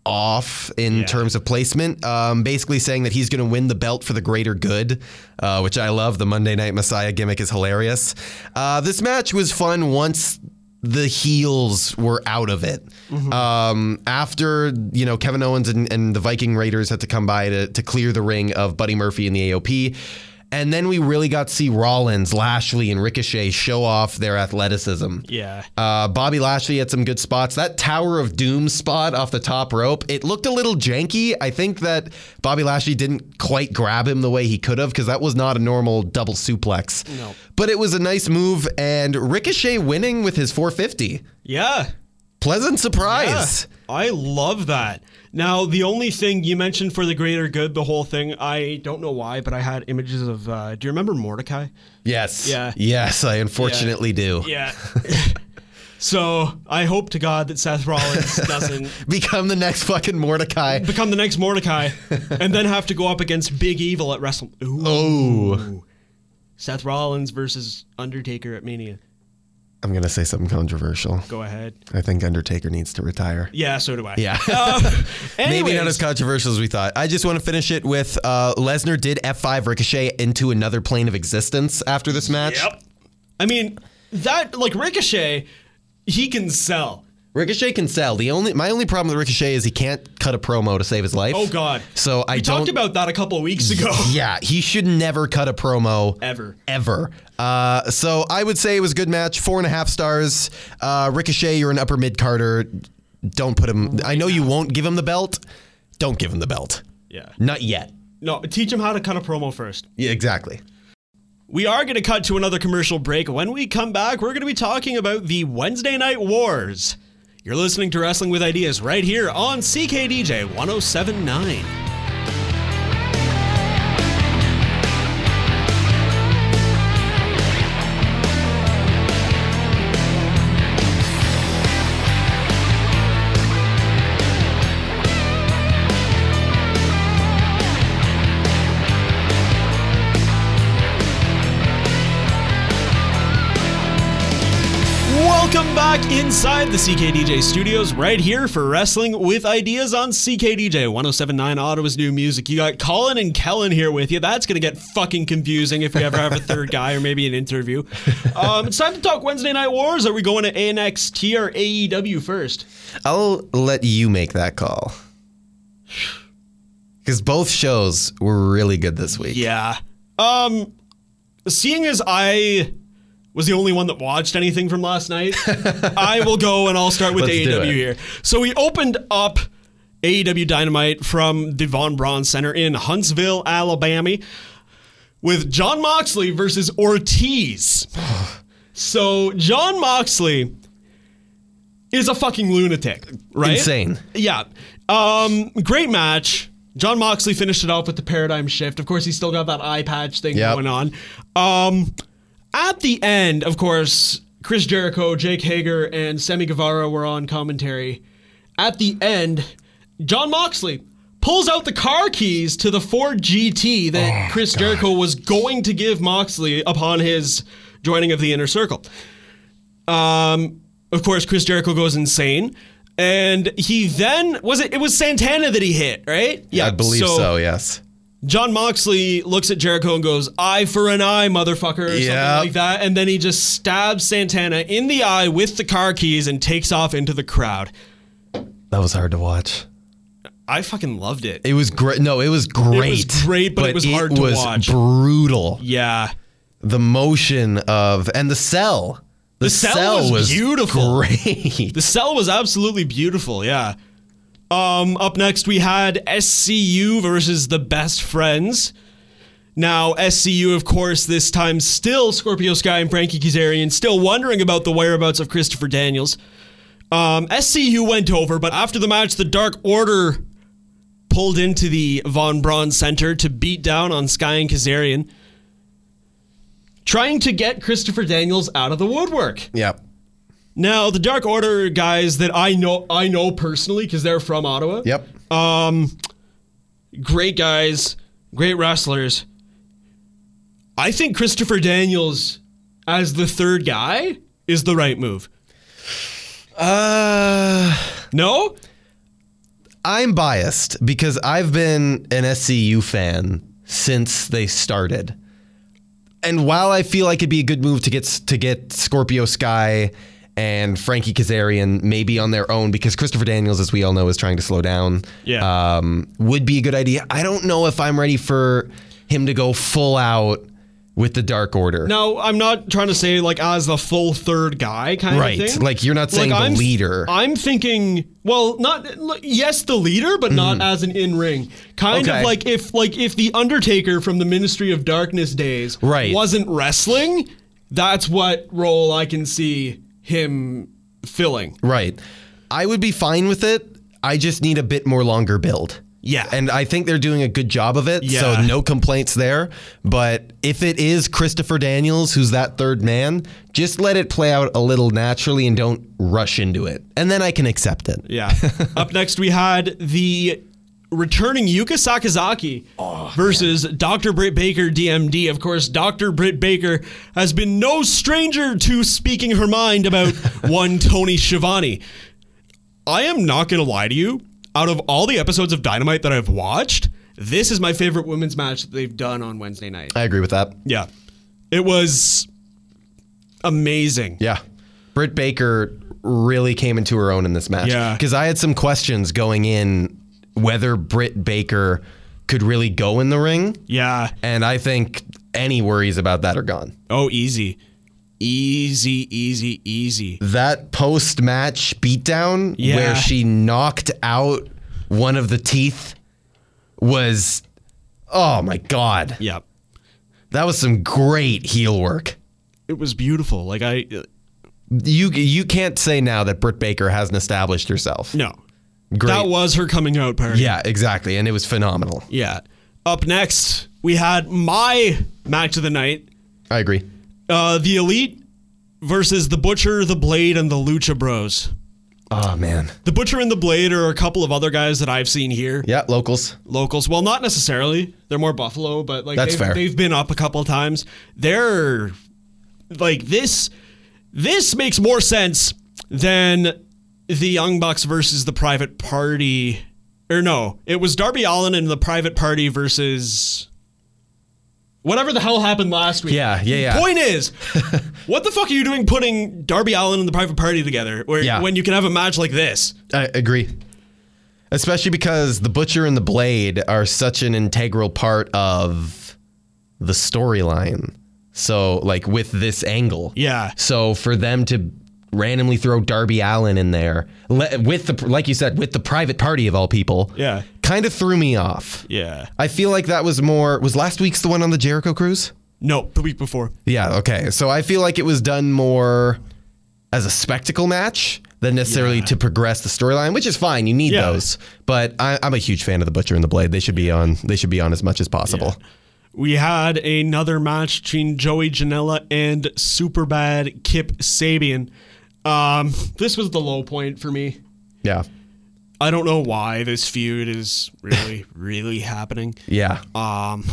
[SPEAKER 3] off in terms of placement. Um, basically saying that he's going to win the belt for the greater good, uh, which I love. The Monday Night Messiah gimmick is hilarious. Uh, this match was fun once the heels were out of it. Um, after you know Kevin Owens and, and the Viking Raiders had to come by to, to clear the ring of Buddy Murphy and the AOP. And then we really got to see Rollins, Lashley, and Ricochet show off their athleticism.
[SPEAKER 2] Yeah.
[SPEAKER 3] Uh, Bobby Lashley had some good spots. That Tower of Doom spot off the top rope, it looked a little janky. I think that Bobby Lashley didn't quite grab him the way he could have because that was not a normal double suplex. No. But it was a nice move, and Ricochet winning with his 450.
[SPEAKER 2] Yeah.
[SPEAKER 3] Pleasant surprise.
[SPEAKER 2] I love that. Now, the only thing you mentioned for the greater good, the whole thing, I don't know why, but I had images of. Uh, do you remember Mordecai?
[SPEAKER 3] Yes.
[SPEAKER 2] Yeah.
[SPEAKER 3] Yes, I unfortunately do.
[SPEAKER 2] Yeah. so I hope to God that Seth Rollins doesn't
[SPEAKER 3] Become the next fucking Mordecai.
[SPEAKER 2] become the next Mordecai and then have to go up against Big Evil at Wrestle. Ooh.
[SPEAKER 3] Oh.
[SPEAKER 2] Seth Rollins versus Undertaker at Mania.
[SPEAKER 3] I'm going to say something controversial.
[SPEAKER 2] Go ahead.
[SPEAKER 3] I think Undertaker needs to retire.
[SPEAKER 2] Yeah, so do I.
[SPEAKER 3] Yeah.
[SPEAKER 2] Uh,
[SPEAKER 3] Maybe
[SPEAKER 2] anyways.
[SPEAKER 3] not as controversial as we thought. I just want to finish it with uh, Lesnar did F5 Ricochet into another plane of existence after this match.
[SPEAKER 2] Yep. I mean, that like Ricochet, he can sell.
[SPEAKER 3] Ricochet can sell. The only my only problem with Ricochet is he can't cut a promo to save his life.
[SPEAKER 2] Oh God.
[SPEAKER 3] So I
[SPEAKER 2] we talked
[SPEAKER 3] don't-
[SPEAKER 2] about that a couple of weeks ago.
[SPEAKER 3] Yeah, he should never cut a promo
[SPEAKER 2] Ever.
[SPEAKER 3] Ever. Uh, so I would say it was a good match. Four and a half stars. Uh, Ricochet, you're an upper mid Carter. Don't put him. I know you won't give him the belt. Don't give him the belt.
[SPEAKER 2] Yeah.
[SPEAKER 3] Not yet.
[SPEAKER 2] No, teach him how to cut a promo first.
[SPEAKER 3] Yeah, exactly.
[SPEAKER 2] We are going to cut to another commercial break. When we come back, we're going to be talking about the Wednesday Night Wars. You're listening to Wrestling with Ideas right here on CKDJ 1079. Welcome back inside the CKDJ studios, right here for Wrestling with Ideas on CKDJ 1079 Ottawa's new music. You got Colin and Kellen here with you. That's going to get fucking confusing if we ever have a third guy or maybe an interview. Um, it's time to talk Wednesday Night Wars. Are we going to NXT or AEW first?
[SPEAKER 3] I'll let you make that call. Because both shows were really good this week.
[SPEAKER 2] Yeah. Um, seeing as I was the only one that watched anything from last night, I will go and I'll start with
[SPEAKER 3] Let's do
[SPEAKER 2] AEW
[SPEAKER 3] it.
[SPEAKER 2] here. So we opened up AEW Dynamite from the Von Braun Center in Huntsville, Alabama, with John Moxley versus Ortiz. So John Moxley is a fucking lunatic, right?
[SPEAKER 3] Insane.
[SPEAKER 2] Yeah. Um, great match. John Moxley finished it off with the paradigm shift. Of course, he's still got that eye patch thing
[SPEAKER 3] Yep.
[SPEAKER 2] going on. Um, at the end, of course, Chris Jericho, Jake Hager, and Sammy Guevara were on commentary. At the end, John Moxley pulls out the car keys to the Ford GT
[SPEAKER 3] Oh,
[SPEAKER 2] that Chris Jericho was going to give Moxley upon his joining of the inner circle Um, of course, Chris Jericho goes insane. And he then was it it was Santana that he hit, right? Yeah,
[SPEAKER 3] I believe so, yes.
[SPEAKER 2] John Moxley looks at Jericho and goes, "Eye for an eye, motherfucker," or
[SPEAKER 3] Yeah.
[SPEAKER 2] something like that, and then he just stabs Santana in the eye with the car keys and takes off into the crowd.
[SPEAKER 3] That was hard to watch.
[SPEAKER 2] I fucking loved it.
[SPEAKER 3] It was great. No, it was great.
[SPEAKER 2] great, but it was hard to
[SPEAKER 3] was
[SPEAKER 2] watch.
[SPEAKER 3] brutal.
[SPEAKER 2] yeah,
[SPEAKER 3] The motion of, and the cell. The,
[SPEAKER 2] cell was beautiful.
[SPEAKER 3] Great.
[SPEAKER 2] the cell was absolutely beautiful. Yeah. Um, up next we had SCU versus the Best Friends. Now, SCU, of course, this time still Scorpio Sky and Frankie Kazarian, still wondering about the whereabouts of Christopher Daniels. Um, SCU went over, but after the match, the Dark Order pulled into the Von Braun Center to beat down on Sky and Kazarian. trying to get Christopher Daniels out of the woodwork.
[SPEAKER 3] Yep.
[SPEAKER 2] Now, the Dark Order guys that I know I know personally because they're from Ottawa.
[SPEAKER 3] Yep.
[SPEAKER 2] Great guys, great wrestlers. I think Christopher Daniels as the third guy is the right move.
[SPEAKER 3] Uh,
[SPEAKER 2] No?
[SPEAKER 3] I'm biased because I've been an SCU fan since they started. And while I feel like it'd be a good move to get to get Scorpio Sky and Frankie Kazarian maybe on their own because Christopher Daniels, as we all know, is trying to slow down.
[SPEAKER 2] Yeah.
[SPEAKER 3] um, would be a good idea. I don't know if I'm ready for him to go full out with the Dark Order.
[SPEAKER 2] Now, I'm not trying to say like as the full third guy kind
[SPEAKER 3] right?
[SPEAKER 2] of thing.
[SPEAKER 3] Like you're not saying
[SPEAKER 2] Like,
[SPEAKER 3] the
[SPEAKER 2] I'm,
[SPEAKER 3] leader.
[SPEAKER 2] I'm thinking, well, not like, yes, the leader, but not as an in ring. Kind
[SPEAKER 3] Mm-hmm. Okay.
[SPEAKER 2] of like if like if the Undertaker from the Ministry of Darkness days
[SPEAKER 3] Right.
[SPEAKER 2] wasn't wrestling, that's what role I can see him filling.
[SPEAKER 3] Right. I would be fine with it. I just need a bit more longer build.
[SPEAKER 2] Yeah.
[SPEAKER 3] And I think they're doing a good job of it. So
[SPEAKER 2] Yeah.
[SPEAKER 3] no complaints there. But if it is Christopher Daniels who's that third man, just let it play out a little naturally and don't rush into it. And then I can accept it.
[SPEAKER 2] Yeah. Up next, we had the returning Yuka Sakazaki versus Dr. Britt Baker, DMD. Of course, Dr. Britt Baker has been no stranger to speaking her mind about one Tony Schiavone. I am not going to lie to you. Out of all the episodes of Dynamite that I've watched, this is my favorite women's match that they've done on Wednesday night.
[SPEAKER 3] I agree with that.
[SPEAKER 2] Yeah. It was amazing.
[SPEAKER 3] Yeah. Britt Baker really came into her own in this match.
[SPEAKER 2] Yeah.
[SPEAKER 3] Because I had some questions going in whether Britt Baker could really go in the ring.
[SPEAKER 2] Yeah.
[SPEAKER 3] And I think any worries about that are gone.
[SPEAKER 2] Oh, easy. Easy, easy, easy.
[SPEAKER 3] that post match beatdown
[SPEAKER 2] Yeah.
[SPEAKER 3] where she knocked out one of the teeth was oh my god.
[SPEAKER 2] Yeah.
[SPEAKER 3] That was some great heel work.
[SPEAKER 2] It was beautiful. Like I
[SPEAKER 3] You you can't say now that Britt Baker hasn't established herself.
[SPEAKER 2] no.
[SPEAKER 3] Great.
[SPEAKER 2] That was her coming out party.
[SPEAKER 3] yeah, exactly. And it was phenomenal.
[SPEAKER 2] Yeah. Up next, we had my match of the night,
[SPEAKER 3] I agree.
[SPEAKER 2] uh the Elite versus the Butcher, the Blade and the Lucha Bros.
[SPEAKER 3] Oh man.
[SPEAKER 2] The Butcher and the Blade are a couple of other guys that I've seen here,
[SPEAKER 3] Yeah, locals.
[SPEAKER 2] locals. Well, not necessarily. They're more Buffalo, but like
[SPEAKER 3] That's
[SPEAKER 2] they've,
[SPEAKER 3] fair.
[SPEAKER 2] they've been up a couple of times. They're like this this makes more sense than the Young Bucks versus the Private Party. Or no, it was Darby Allen and the Private Party versus whatever the hell happened last week.
[SPEAKER 3] Yeah, yeah, yeah.
[SPEAKER 2] Point is, what the fuck are you doing putting Darby Allen and the Private Party together where,
[SPEAKER 3] Yeah.
[SPEAKER 2] when you can have a match like this?
[SPEAKER 3] I agree. Especially because the butcher and the blade are such an integral part of the storyline. So, like with this angle.
[SPEAKER 2] Yeah.
[SPEAKER 3] So for them to randomly throw Darby Allen in there le- with the like you said with the private party of all people.
[SPEAKER 2] Yeah.
[SPEAKER 3] Kind of threw me off.
[SPEAKER 2] Yeah.
[SPEAKER 3] I feel like that was more was last week's the one on the Jericho cruise?
[SPEAKER 2] No, the week before.
[SPEAKER 3] Yeah, okay. So I feel like it was done more as a spectacle match than necessarily to progress the storyline, which is fine. You need
[SPEAKER 2] Yeah.
[SPEAKER 3] those. But I, I'm a huge fan of the Butcher and the Blade. They should be on they should be on as much as possible.
[SPEAKER 2] We had another match between Joey Janela and Superbad Kip Sabian. Um, this was the low point for me.
[SPEAKER 3] Yeah.
[SPEAKER 2] I don't know why this feud is really, really happening.
[SPEAKER 3] Yeah.
[SPEAKER 2] Um,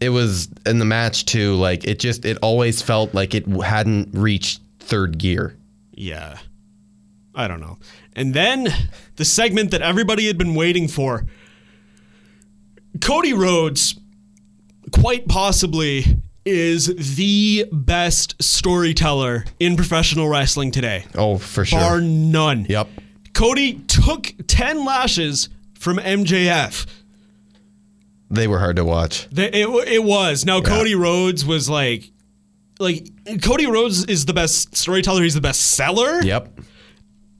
[SPEAKER 3] It was in the match too, like it just it always felt like it hadn't reached third gear.
[SPEAKER 2] yeah, I don't know. And then the segment that everybody had been waiting for Cody Rhodes, quite possibly, is the best storyteller in professional wrestling today.
[SPEAKER 3] Oh, for sure.
[SPEAKER 2] Bar none.
[SPEAKER 3] Yep.
[SPEAKER 2] Cody took 10 lashes from MJF.
[SPEAKER 3] They were hard to watch.
[SPEAKER 2] They- It, wa- it was. Now, Cody Rhodes was like, like, Cody Rhodes is the best storyteller. He's the best seller.
[SPEAKER 3] Yep.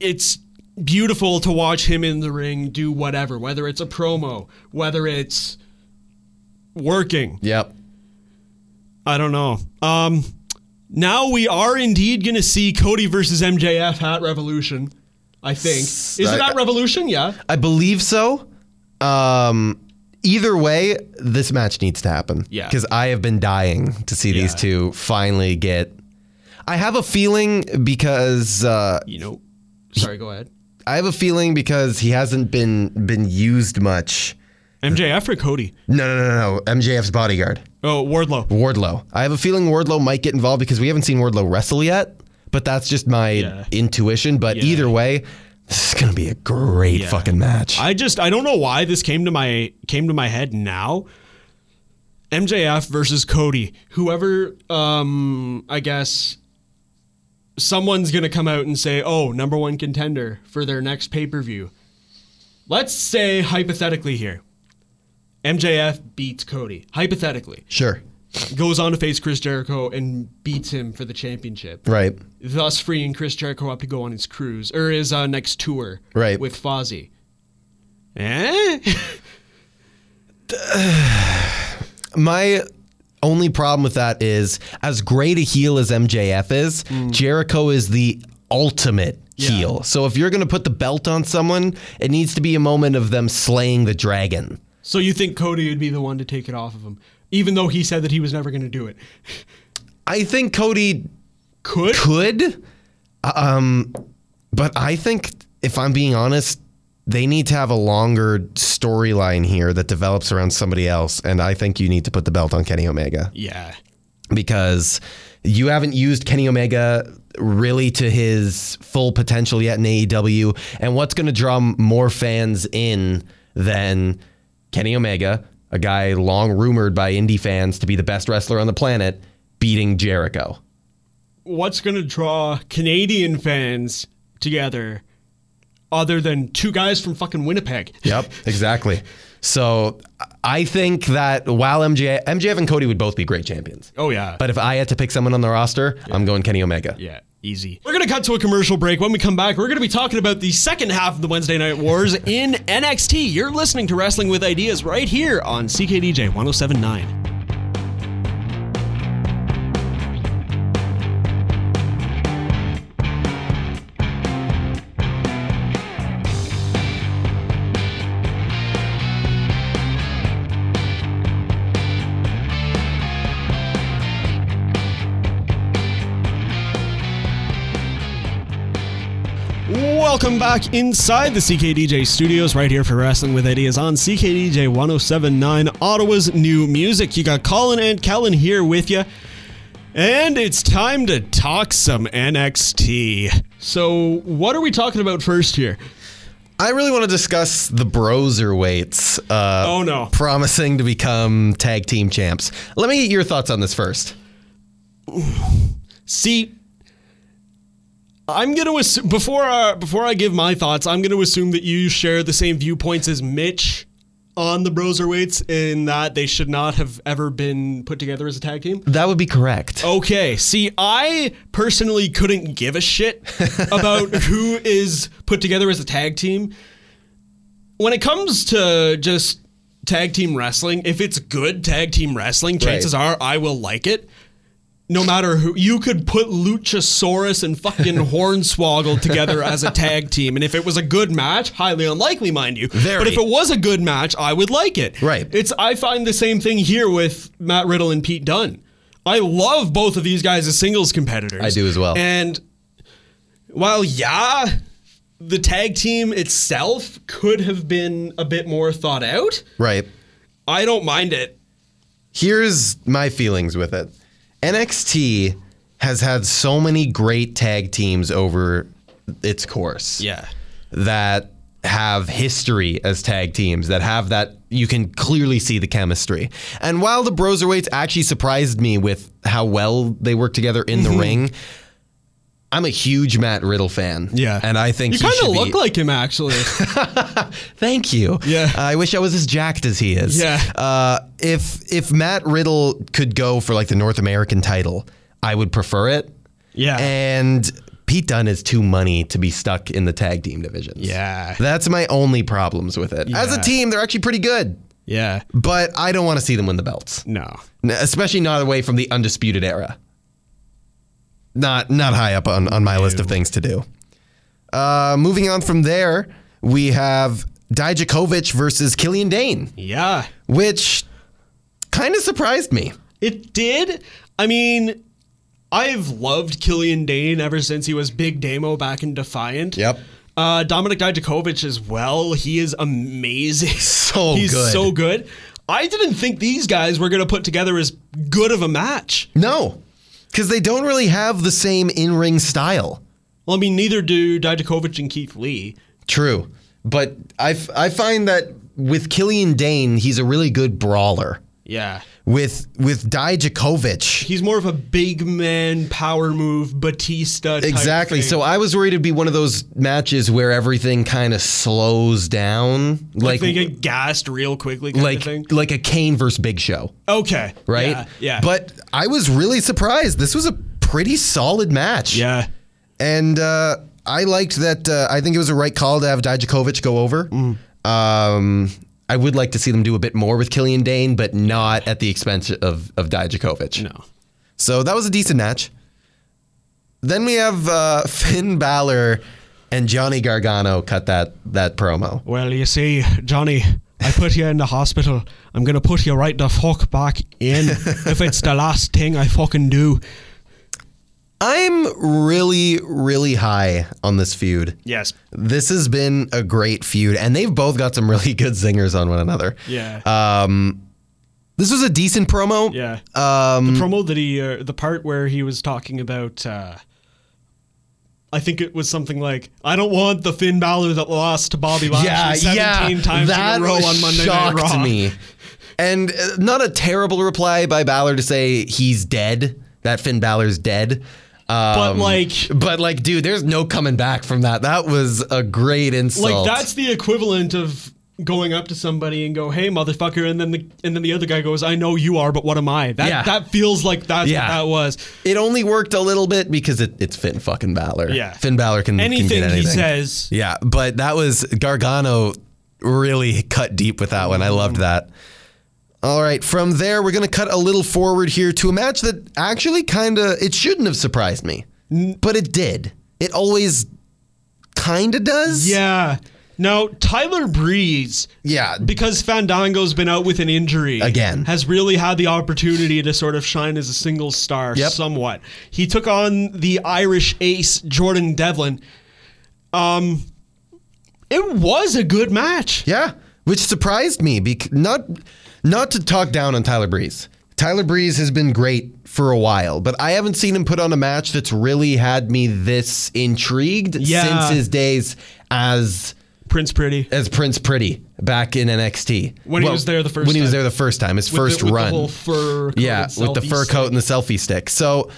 [SPEAKER 2] It's beautiful to watch him in the ring do whatever, whether it's a promo, whether it's working.
[SPEAKER 3] Yep.
[SPEAKER 2] I don't know. Um, now we are indeed going to see Cody versus MJF at Revolution, I think. Is it
[SPEAKER 3] I-
[SPEAKER 2] at Revolution? Yeah.
[SPEAKER 3] I believe so. Um, Either way, this match needs to happen.
[SPEAKER 2] Yeah.
[SPEAKER 3] Because I have been dying to see these
[SPEAKER 2] Yeah.
[SPEAKER 3] two finally get. I have a feeling because uh,
[SPEAKER 2] You know. Sorry, go ahead.
[SPEAKER 3] I have a feeling because he hasn't been been used much.
[SPEAKER 2] MJF or Cody?
[SPEAKER 3] No, no, no, no, no. MJF's bodyguard.
[SPEAKER 2] Oh, Wardlow.
[SPEAKER 3] Wardlow. I have a feeling Wardlow might get involved because we haven't seen Wardlow wrestle yet, but that's just my
[SPEAKER 2] Yeah.
[SPEAKER 3] intuition. But
[SPEAKER 2] Yeah.
[SPEAKER 3] either way, this is going to be a great
[SPEAKER 2] Yeah.
[SPEAKER 3] fucking match.
[SPEAKER 2] I just I don't know why this came to my came to my head now. MJF versus Cody. Whoever um I guess someone's going to come out and say, "Oh, number 1 contender for their next pay-per-view." Let's say hypothetically here. MJF beats Cody. Hypothetically.
[SPEAKER 3] sure.
[SPEAKER 2] Goes on to face Chris Jericho and beats him for the championship.
[SPEAKER 3] Right.
[SPEAKER 2] thus freeing Chris Jericho up to go on his cruise or his uh, next tour
[SPEAKER 3] Right.
[SPEAKER 2] with Fozzy. Eh?
[SPEAKER 3] My only problem with that is as great a heel as MJF is, Jericho is the ultimate heel. So if you're going to put the belt on someone, it needs to be a moment of them slaying the dragon.
[SPEAKER 2] so you think Cody would be the one to take it off of him, even though he said that he was never going to do it?
[SPEAKER 3] I think Cody
[SPEAKER 2] Could?
[SPEAKER 3] could. Um, but I think if I'm being honest, they need to have a longer storyline here that develops around somebody else, and I think you need to put the belt on Kenny Omega
[SPEAKER 2] Yeah.
[SPEAKER 3] because you haven't used Kenny Omega really to his full potential yet in AEW. And what's going to draw m- more fans in than Kenny Omega, a guy long rumored by indie fans to be the best wrestler on the planet, beating Jericho?
[SPEAKER 2] What's going to draw Canadian fans together other than two guys from fucking Winnipeg?
[SPEAKER 3] Yep, exactly. So I think that while MJ, MJF and Cody would both be great champions.
[SPEAKER 2] Oh, yeah.
[SPEAKER 3] But if I had to pick someone on the roster, I'm going Kenny Omega.
[SPEAKER 2] Yeah, easy. We're going to cut to a commercial break. When we come back, we're going to be talking about the second half of the Wednesday Night Wars in NXT. You're listening to Wrestling with Ideas right here on CKDJ 1079. Welcome back inside the CKDJ studios right here for Wrestling with Ideas on CKDJ 1079, Ottawa's new music. You got Colin and Kellen here with you. And it's time to talk some NXT. So, what are we talking about first here?
[SPEAKER 3] I really want to discuss the Broser weights uh,
[SPEAKER 2] Oh no.
[SPEAKER 3] promising to become tag team champs. Let me get your thoughts on this first.
[SPEAKER 2] See, I'm going to assume before uh, before I give my thoughts, I'm going to assume that you share the same viewpoints as Mitch on the Broserweights in that they should not have ever been put together as a tag team.
[SPEAKER 3] That would be correct.
[SPEAKER 2] Okay, see, I personally couldn't give a shit about who is put together as a tag team. When it comes to just tag team wrestling, if it's good tag team wrestling, chances are I will like it. No matter who, you could put Luchasaurus and fucking Hornswoggle together as a tag team, and if it was a good match, highly unlikely, mind you. But
[SPEAKER 3] Very.
[SPEAKER 2] if it was a good match, I would like it.
[SPEAKER 3] Right.
[SPEAKER 2] It's I find the same thing here with Matt Riddle and Pete Dunne. I love both of these guys as singles competitors.
[SPEAKER 3] I do as well.
[SPEAKER 2] And while yeah, the tag team itself could have been a bit more thought out,
[SPEAKER 3] Right.
[SPEAKER 2] I don't mind it.
[SPEAKER 3] Here's my feelings with it NXT has had so many great tag teams over its course.
[SPEAKER 2] Yeah.
[SPEAKER 3] that have history as tag teams that have that you can clearly see the chemistry. And while the Broserweights actually surprised me with how well they work together in the ring, I'm a huge Matt Riddle fan.
[SPEAKER 2] Yeah.
[SPEAKER 3] and I think
[SPEAKER 2] You
[SPEAKER 3] he
[SPEAKER 2] kind of
[SPEAKER 3] should
[SPEAKER 2] look
[SPEAKER 3] be-
[SPEAKER 2] like him actually.
[SPEAKER 3] Thank you. Uh,
[SPEAKER 2] Yeah.
[SPEAKER 3] I wish I was as jacked as he is.
[SPEAKER 2] Yeah.
[SPEAKER 3] Uh, if if Matt Riddle could go for like the North American title, I would prefer it.
[SPEAKER 2] Yeah.
[SPEAKER 3] Eh. And Pete Dunne is too money to be stuck in the tag team divisions.
[SPEAKER 2] Yeah.
[SPEAKER 3] That's my only problems with it. As a
[SPEAKER 2] Yeah.
[SPEAKER 3] team, they're actually pretty good,
[SPEAKER 2] yeah.
[SPEAKER 3] but I don't want to see them win the belts,
[SPEAKER 2] No.
[SPEAKER 3] N- especially not away from the undisputed era. Not not high up on, on my list of things to do. Uh, moving on from there, we have Dijakovic versus Killian Dane,
[SPEAKER 2] Yeah.
[SPEAKER 3] which kind of surprised me.
[SPEAKER 2] It did. I mean, I've loved Killian Dane ever since he was Big Damo back in Defiant.
[SPEAKER 3] Yep.
[SPEAKER 2] Uh, Dominic Dijakovic as well. He is amazing.
[SPEAKER 3] So
[SPEAKER 2] He's
[SPEAKER 3] Oh, good.
[SPEAKER 2] so good. I didn't think these guys were going to put together as good of a match.
[SPEAKER 3] No, because they don't really have the same in ring style.
[SPEAKER 2] Well, I mean, neither do Dijakovic and Keith Lee.
[SPEAKER 3] True. But I, f- I find that with Killian Dane, he's a really good brawler.
[SPEAKER 2] Yeah.
[SPEAKER 3] With with Dijakovic,
[SPEAKER 2] He's more of a big man power move Batista. Type
[SPEAKER 3] Exactly.
[SPEAKER 2] thing.
[SPEAKER 3] So I was worried it'd be one of those matches where everything kind of slows down,
[SPEAKER 2] like,
[SPEAKER 3] like
[SPEAKER 2] they get gassed real quickly, kind of thing.
[SPEAKER 3] like like a Kane versus Big Show,
[SPEAKER 2] Okay,
[SPEAKER 3] right?
[SPEAKER 2] Yeah, yeah.
[SPEAKER 3] But I was really surprised. This was a pretty solid match.
[SPEAKER 2] yeah,
[SPEAKER 3] And uh, I liked that. Uh, I think it was a right call to have Dijakovic go over.
[SPEAKER 2] Mm.
[SPEAKER 3] Um, I would like to see them do a bit more with Killian Dane, but not at the expense of of Dijakovic.
[SPEAKER 2] no,
[SPEAKER 3] So that was a decent match. Then we have uh, Finn Balor and Johnny Gargano cut that that promo.
[SPEAKER 2] Well, you see, Johnny, I put you in the hospital. I'm gonna put you right the fuck back in if it's the last thing I fucking do.
[SPEAKER 3] I'm really really high on this feud.
[SPEAKER 2] Yes.
[SPEAKER 3] This has been a great feud, and they've both got some really good zingers on one another.
[SPEAKER 2] Yeah.
[SPEAKER 3] Uh, This was a decent promo.
[SPEAKER 2] yeah. Um, the promo that he, uh, the part where he was talking about, uh, I think it was something like, "I don't want the Finn Balor that lost to Bobby Lashley
[SPEAKER 3] Yeah,
[SPEAKER 2] 17
[SPEAKER 3] yeah.
[SPEAKER 2] times
[SPEAKER 3] that
[SPEAKER 2] in a row on Monday Night
[SPEAKER 3] shocked
[SPEAKER 2] Raw."
[SPEAKER 3] me. And uh, not a terrible reply by Balor to say he's dead. That Finn Balor's dead.
[SPEAKER 2] But
[SPEAKER 3] Um,
[SPEAKER 2] like,
[SPEAKER 3] But like, dude, there's no coming back from that. That was a great
[SPEAKER 2] Like
[SPEAKER 3] insult.
[SPEAKER 2] that's the equivalent of going up to somebody and go, "Hey, motherfucker," and then the and then the other guy goes, "I know you are, but what am I?" That
[SPEAKER 3] Yeah.
[SPEAKER 2] that feels like that's
[SPEAKER 3] Yeah.
[SPEAKER 2] what that was.
[SPEAKER 3] it only worked a little bit because it, it's Finn fucking Balor.
[SPEAKER 2] Yeah.
[SPEAKER 3] Finn Balor can can
[SPEAKER 2] Anything,
[SPEAKER 3] get
[SPEAKER 2] he
[SPEAKER 3] anything.
[SPEAKER 2] says.
[SPEAKER 3] Yeah, but that was Gargano really cut deep with that one. I loved that. All right, from there we're going to cut a little forward here to a match that actually kind of it shouldn't have surprised me, but it did. It always kind of does.
[SPEAKER 2] Yeah. Now Tyler Breeze,
[SPEAKER 3] Yeah.
[SPEAKER 2] because Fandango's been out with an injury
[SPEAKER 3] Again.
[SPEAKER 2] has really had the opportunity to sort of shine as a single star
[SPEAKER 3] Yep.
[SPEAKER 2] somewhat. He took on the Irish ace Jordan Devlin. Um, it was a good match.
[SPEAKER 3] Yeah, which surprised me. Bec- not not to talk down on Tyler Breeze. Tyler Breeze has been great for a while, but I haven't seen him put on a match that's really had me this intrigued
[SPEAKER 2] Yeah.
[SPEAKER 3] since his days as
[SPEAKER 2] Prince Pretty.
[SPEAKER 3] as Prince Pretty back in NXT.
[SPEAKER 2] When he was there the first
[SPEAKER 3] When he was
[SPEAKER 2] time.
[SPEAKER 3] there the first time, his first
[SPEAKER 2] the, with
[SPEAKER 3] run.
[SPEAKER 2] The whole fur coat
[SPEAKER 3] yeah,
[SPEAKER 2] and
[SPEAKER 3] with the
[SPEAKER 2] selfie
[SPEAKER 3] fur
[SPEAKER 2] stick.
[SPEAKER 3] coat and the selfie stick. So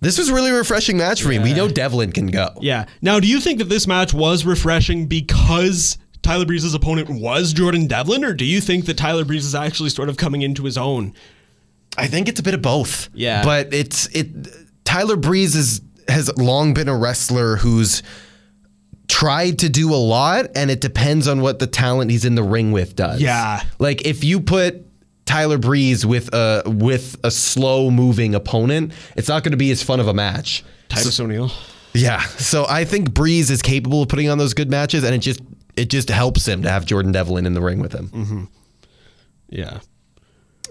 [SPEAKER 3] this was really a refreshing match for me. We know Devlin can go.
[SPEAKER 2] Yeah. Now, do you think that this match was refreshing because Tyler Breeze's opponent was Jordan Devlin, or do you think that Tyler Breeze is actually sort of coming into his own?
[SPEAKER 3] I think it's a bit of both.
[SPEAKER 2] Yeah.
[SPEAKER 3] But it's it Tyler Breeze is has long been a wrestler who's tried to do a lot and it depends on what the talent he's in the ring with does.
[SPEAKER 2] Yeah.
[SPEAKER 3] Like if you put Tyler Breeze with a with a slow moving opponent, it's not going to be as fun of a match.
[SPEAKER 2] Titus O'Neil.
[SPEAKER 3] Yeah. So I think Breeze is capable of putting on those good matches and it just it just helps him to have Jordan Devlin in the ring with him.
[SPEAKER 2] Mm-hmm. Yeah.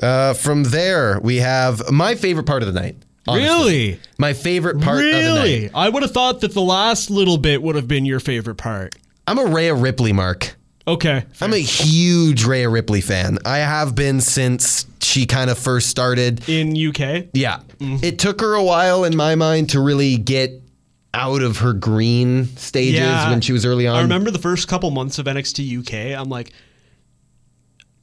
[SPEAKER 3] Uh, from there, we have my favorite part of the night. honestly.
[SPEAKER 2] Really?
[SPEAKER 3] My favorite part of the night.
[SPEAKER 2] Really? I would have thought that the last little bit would have been your favorite part.
[SPEAKER 3] I'm a Rhea Ripley mark.
[SPEAKER 2] Okay.
[SPEAKER 3] I'm a huge Rhea Ripley fan. I have been since she kind of first started.
[SPEAKER 2] In UK?
[SPEAKER 3] Yeah.
[SPEAKER 2] Mm-hmm.
[SPEAKER 3] It took her a while in my mind to really get out of her green stages when she was early on.
[SPEAKER 2] I remember the first couple months of NXT UK. I'm like,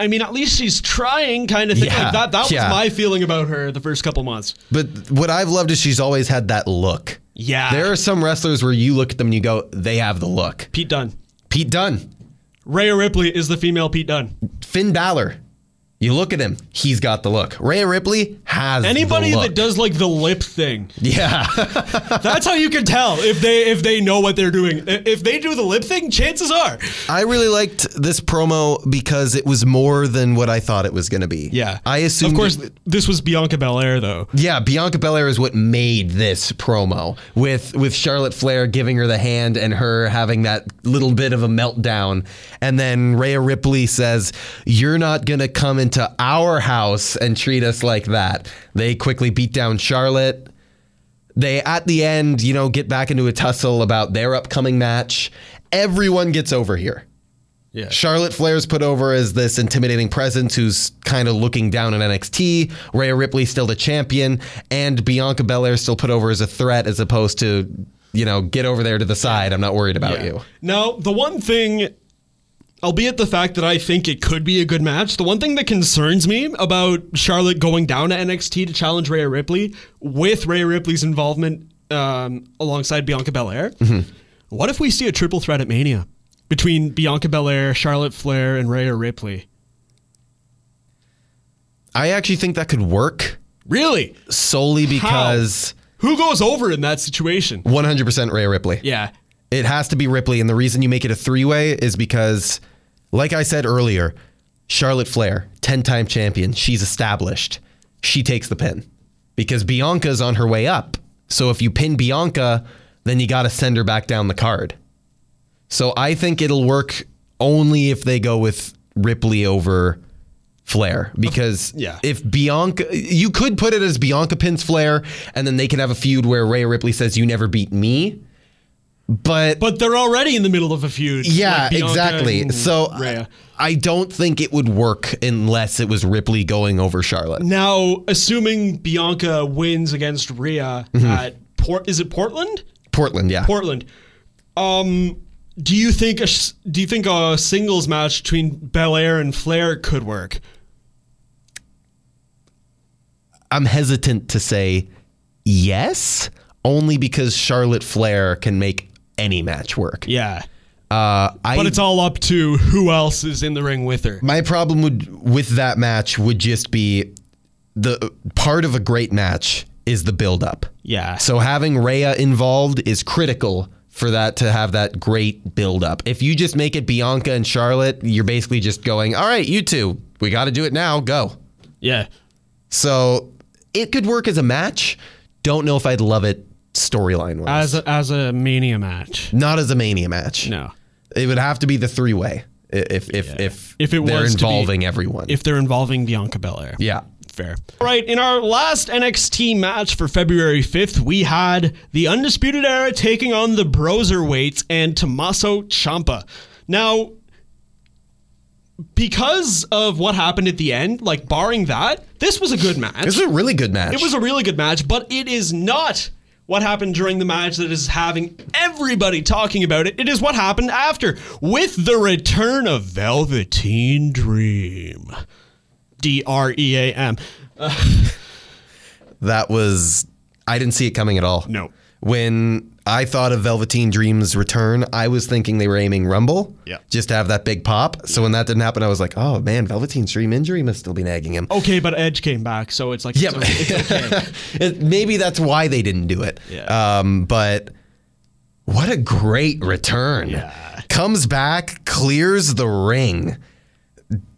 [SPEAKER 2] I mean, at least she's trying, kind of thing.
[SPEAKER 3] Yeah,
[SPEAKER 2] Like that. That was
[SPEAKER 3] yeah.
[SPEAKER 2] my feeling about her the first couple months.
[SPEAKER 3] But what I've loved is she's always had that look.
[SPEAKER 2] Yeah.
[SPEAKER 3] There are some wrestlers where you look at them and you go, they have the look.
[SPEAKER 2] Pete Dunne.
[SPEAKER 3] Pete Dunne,
[SPEAKER 2] Rhea Ripley is the female Pete Dunne.
[SPEAKER 3] Finn Balor. You look at him, he's got the look. Rhea Ripley has
[SPEAKER 2] Anybody
[SPEAKER 3] the look.
[SPEAKER 2] that does like the lip thing,
[SPEAKER 3] Yeah.
[SPEAKER 2] that's how you can tell if they if they know what they're doing. I- If they do the lip thing, chances are.
[SPEAKER 3] I really liked this promo because it was more than what I thought it was going to be. I assumed
[SPEAKER 2] Of course, this was Bianca Belair though.
[SPEAKER 3] Yeah, Bianca Belair is what made this promo with with Charlotte Flair giving her the hand and her having that little bit of a meltdown, and then Rhea Ripley says, "You're not gonna come into our house and treat us like that." They quickly beat down Charlotte. They at the end, you know, get back into a tussle about their upcoming match. Everyone gets over here.
[SPEAKER 2] Yeah.
[SPEAKER 3] Charlotte Flair's put over as this intimidating presence who's kind of looking down on NXT. Rhea Ripley still the champion, and Bianca Belair still put over as a threat as opposed to, you know, get over there to the side. I'm not worried about you.
[SPEAKER 2] Now, the one thing, albeit the fact that I think it could be a good match, the one thing that concerns me about Charlotte going down to NXT to challenge Rhea Ripley with Rhea Ripley's involvement um, alongside Bianca Belair,
[SPEAKER 3] Mm-hmm.
[SPEAKER 2] what if we see a triple threat at Mania between Bianca Belair, Charlotte Flair, and Rhea Ripley?
[SPEAKER 3] I actually think that could work
[SPEAKER 2] Really?
[SPEAKER 3] solely because
[SPEAKER 2] Who goes over in that situation?
[SPEAKER 3] 100% Rhea Ripley.
[SPEAKER 2] Yeah.
[SPEAKER 3] It has to be Ripley, and the reason you make it a three way is because, like I said earlier, Charlotte Flair, 10 time champion, she's established. She takes the pin because Bianca's on her way up. So if you pin Bianca, then you got to send her back down the card. So I think it'll work only if they go with Ripley over Flair because
[SPEAKER 2] Yeah.
[SPEAKER 3] if Bianca, you could put it as Bianca pins Flair, and then they can have a feud where Rhea Ripley says, You never beat me. But
[SPEAKER 2] But they're already in the middle of a feud.
[SPEAKER 3] yeah,
[SPEAKER 2] like Bianca
[SPEAKER 3] exactly.
[SPEAKER 2] and
[SPEAKER 3] So
[SPEAKER 2] Rhea.
[SPEAKER 3] I don't think it would work unless it was Ripley going over Charlotte.
[SPEAKER 2] Now, assuming Bianca wins against Rhea at Port, is it Portland?
[SPEAKER 3] Portland, yeah.
[SPEAKER 2] Portland. Um, do you think a s- do you think a singles match between Belair and Flair could work?
[SPEAKER 3] I'm hesitant to say yes, only because Charlotte Flair can make any match work.
[SPEAKER 2] Yeah,
[SPEAKER 3] Uh, I,
[SPEAKER 2] but it's all up to who else is in the ring with her.
[SPEAKER 3] my problem would with that match would just be the part of a great match is the build up.
[SPEAKER 2] Yeah.
[SPEAKER 3] So having Rhea involved is critical for that to have that great build up. If you just make it Bianca and Charlotte, you're basically just going, "All right, you two, we got to do it now. Go."
[SPEAKER 2] Yeah,
[SPEAKER 3] So it could work as a match. Don't know if I'd love it storyline wise.
[SPEAKER 2] as a, as a mania match.
[SPEAKER 3] Not as a mania match.
[SPEAKER 2] No,
[SPEAKER 3] It would have to be the three way if if if,
[SPEAKER 2] If it
[SPEAKER 3] they're
[SPEAKER 2] was to be-
[SPEAKER 3] involving everyone.
[SPEAKER 2] if they're involving Bianca Belair.
[SPEAKER 3] yeah.
[SPEAKER 2] Fair. All right, in our last NXT match for February 5th, we had the Undisputed Era taking on the Broserweights and Tommaso Ciampa. Now, because of what happened at the end, like barring that, this was a good match.
[SPEAKER 3] This is a really good match.
[SPEAKER 2] It was a really good match, but it is not what happened during the match that is having everybody talking about it. It is what happened after with the return of Velveteen Dream. D R E A M.
[SPEAKER 3] that was I didn't see it coming at all.
[SPEAKER 2] No.
[SPEAKER 3] When I thought of Velveteen Dream's return, I was thinking they were aiming Rumble.
[SPEAKER 2] Yeah.
[SPEAKER 3] Just to have that big pop. So when that didn't happen, I was like, oh man, Velveteen Dream injury must still be nagging him.
[SPEAKER 2] Okay, but Edge came back, so it's like
[SPEAKER 3] Yeah,
[SPEAKER 2] Oh, it's,
[SPEAKER 3] but-
[SPEAKER 2] okay. it's okay.
[SPEAKER 3] It- maybe that's why they didn't do it.
[SPEAKER 2] Yeah.
[SPEAKER 3] Um, but what a great return. Comes back, clears the ring.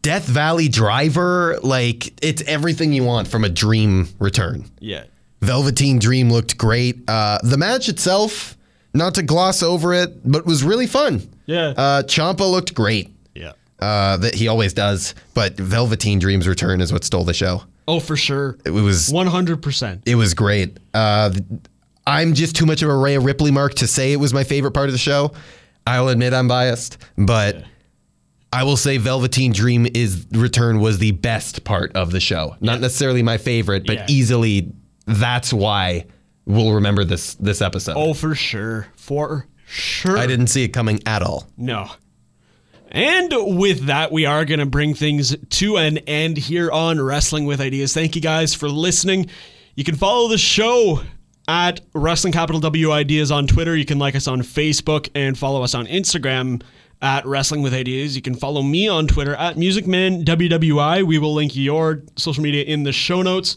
[SPEAKER 3] Death Valley driver, like it's everything you want from a dream return.
[SPEAKER 2] Yeah.
[SPEAKER 3] Velveteen Dream looked great. Uh, the match itself, not to gloss over it, but was really fun.
[SPEAKER 2] Yeah.
[SPEAKER 3] Uh, Champa looked great.
[SPEAKER 2] Yeah.
[SPEAKER 3] Uh, that he always does, but Velveteen Dream's return is what stole the show.
[SPEAKER 2] Oh, for sure.
[SPEAKER 3] It was
[SPEAKER 2] 100%.
[SPEAKER 3] it was great. Uh, th- I'm just too much of a Rhea Ripley mark to say it was my favorite part of the show. I'll admit I'm biased, but I will say Velveteen Dream is return was the best part of the show. Not necessarily my favorite, but
[SPEAKER 2] Yeah.
[SPEAKER 3] easily that's why we'll remember this this episode.
[SPEAKER 2] Oh, for sure. For sure.
[SPEAKER 3] I didn't see it coming at all.
[SPEAKER 2] No. And with that, we are going to bring things to an end here on Wrestling with Ideas. Thank you guys for listening. You can follow the show at Wrestling Capital W Ideas on Twitter. You can like us on Facebook and follow us on Instagram at Wrestling with Ideas. You can follow me on Twitter at MusicManWWI. We will link your social media in the show notes.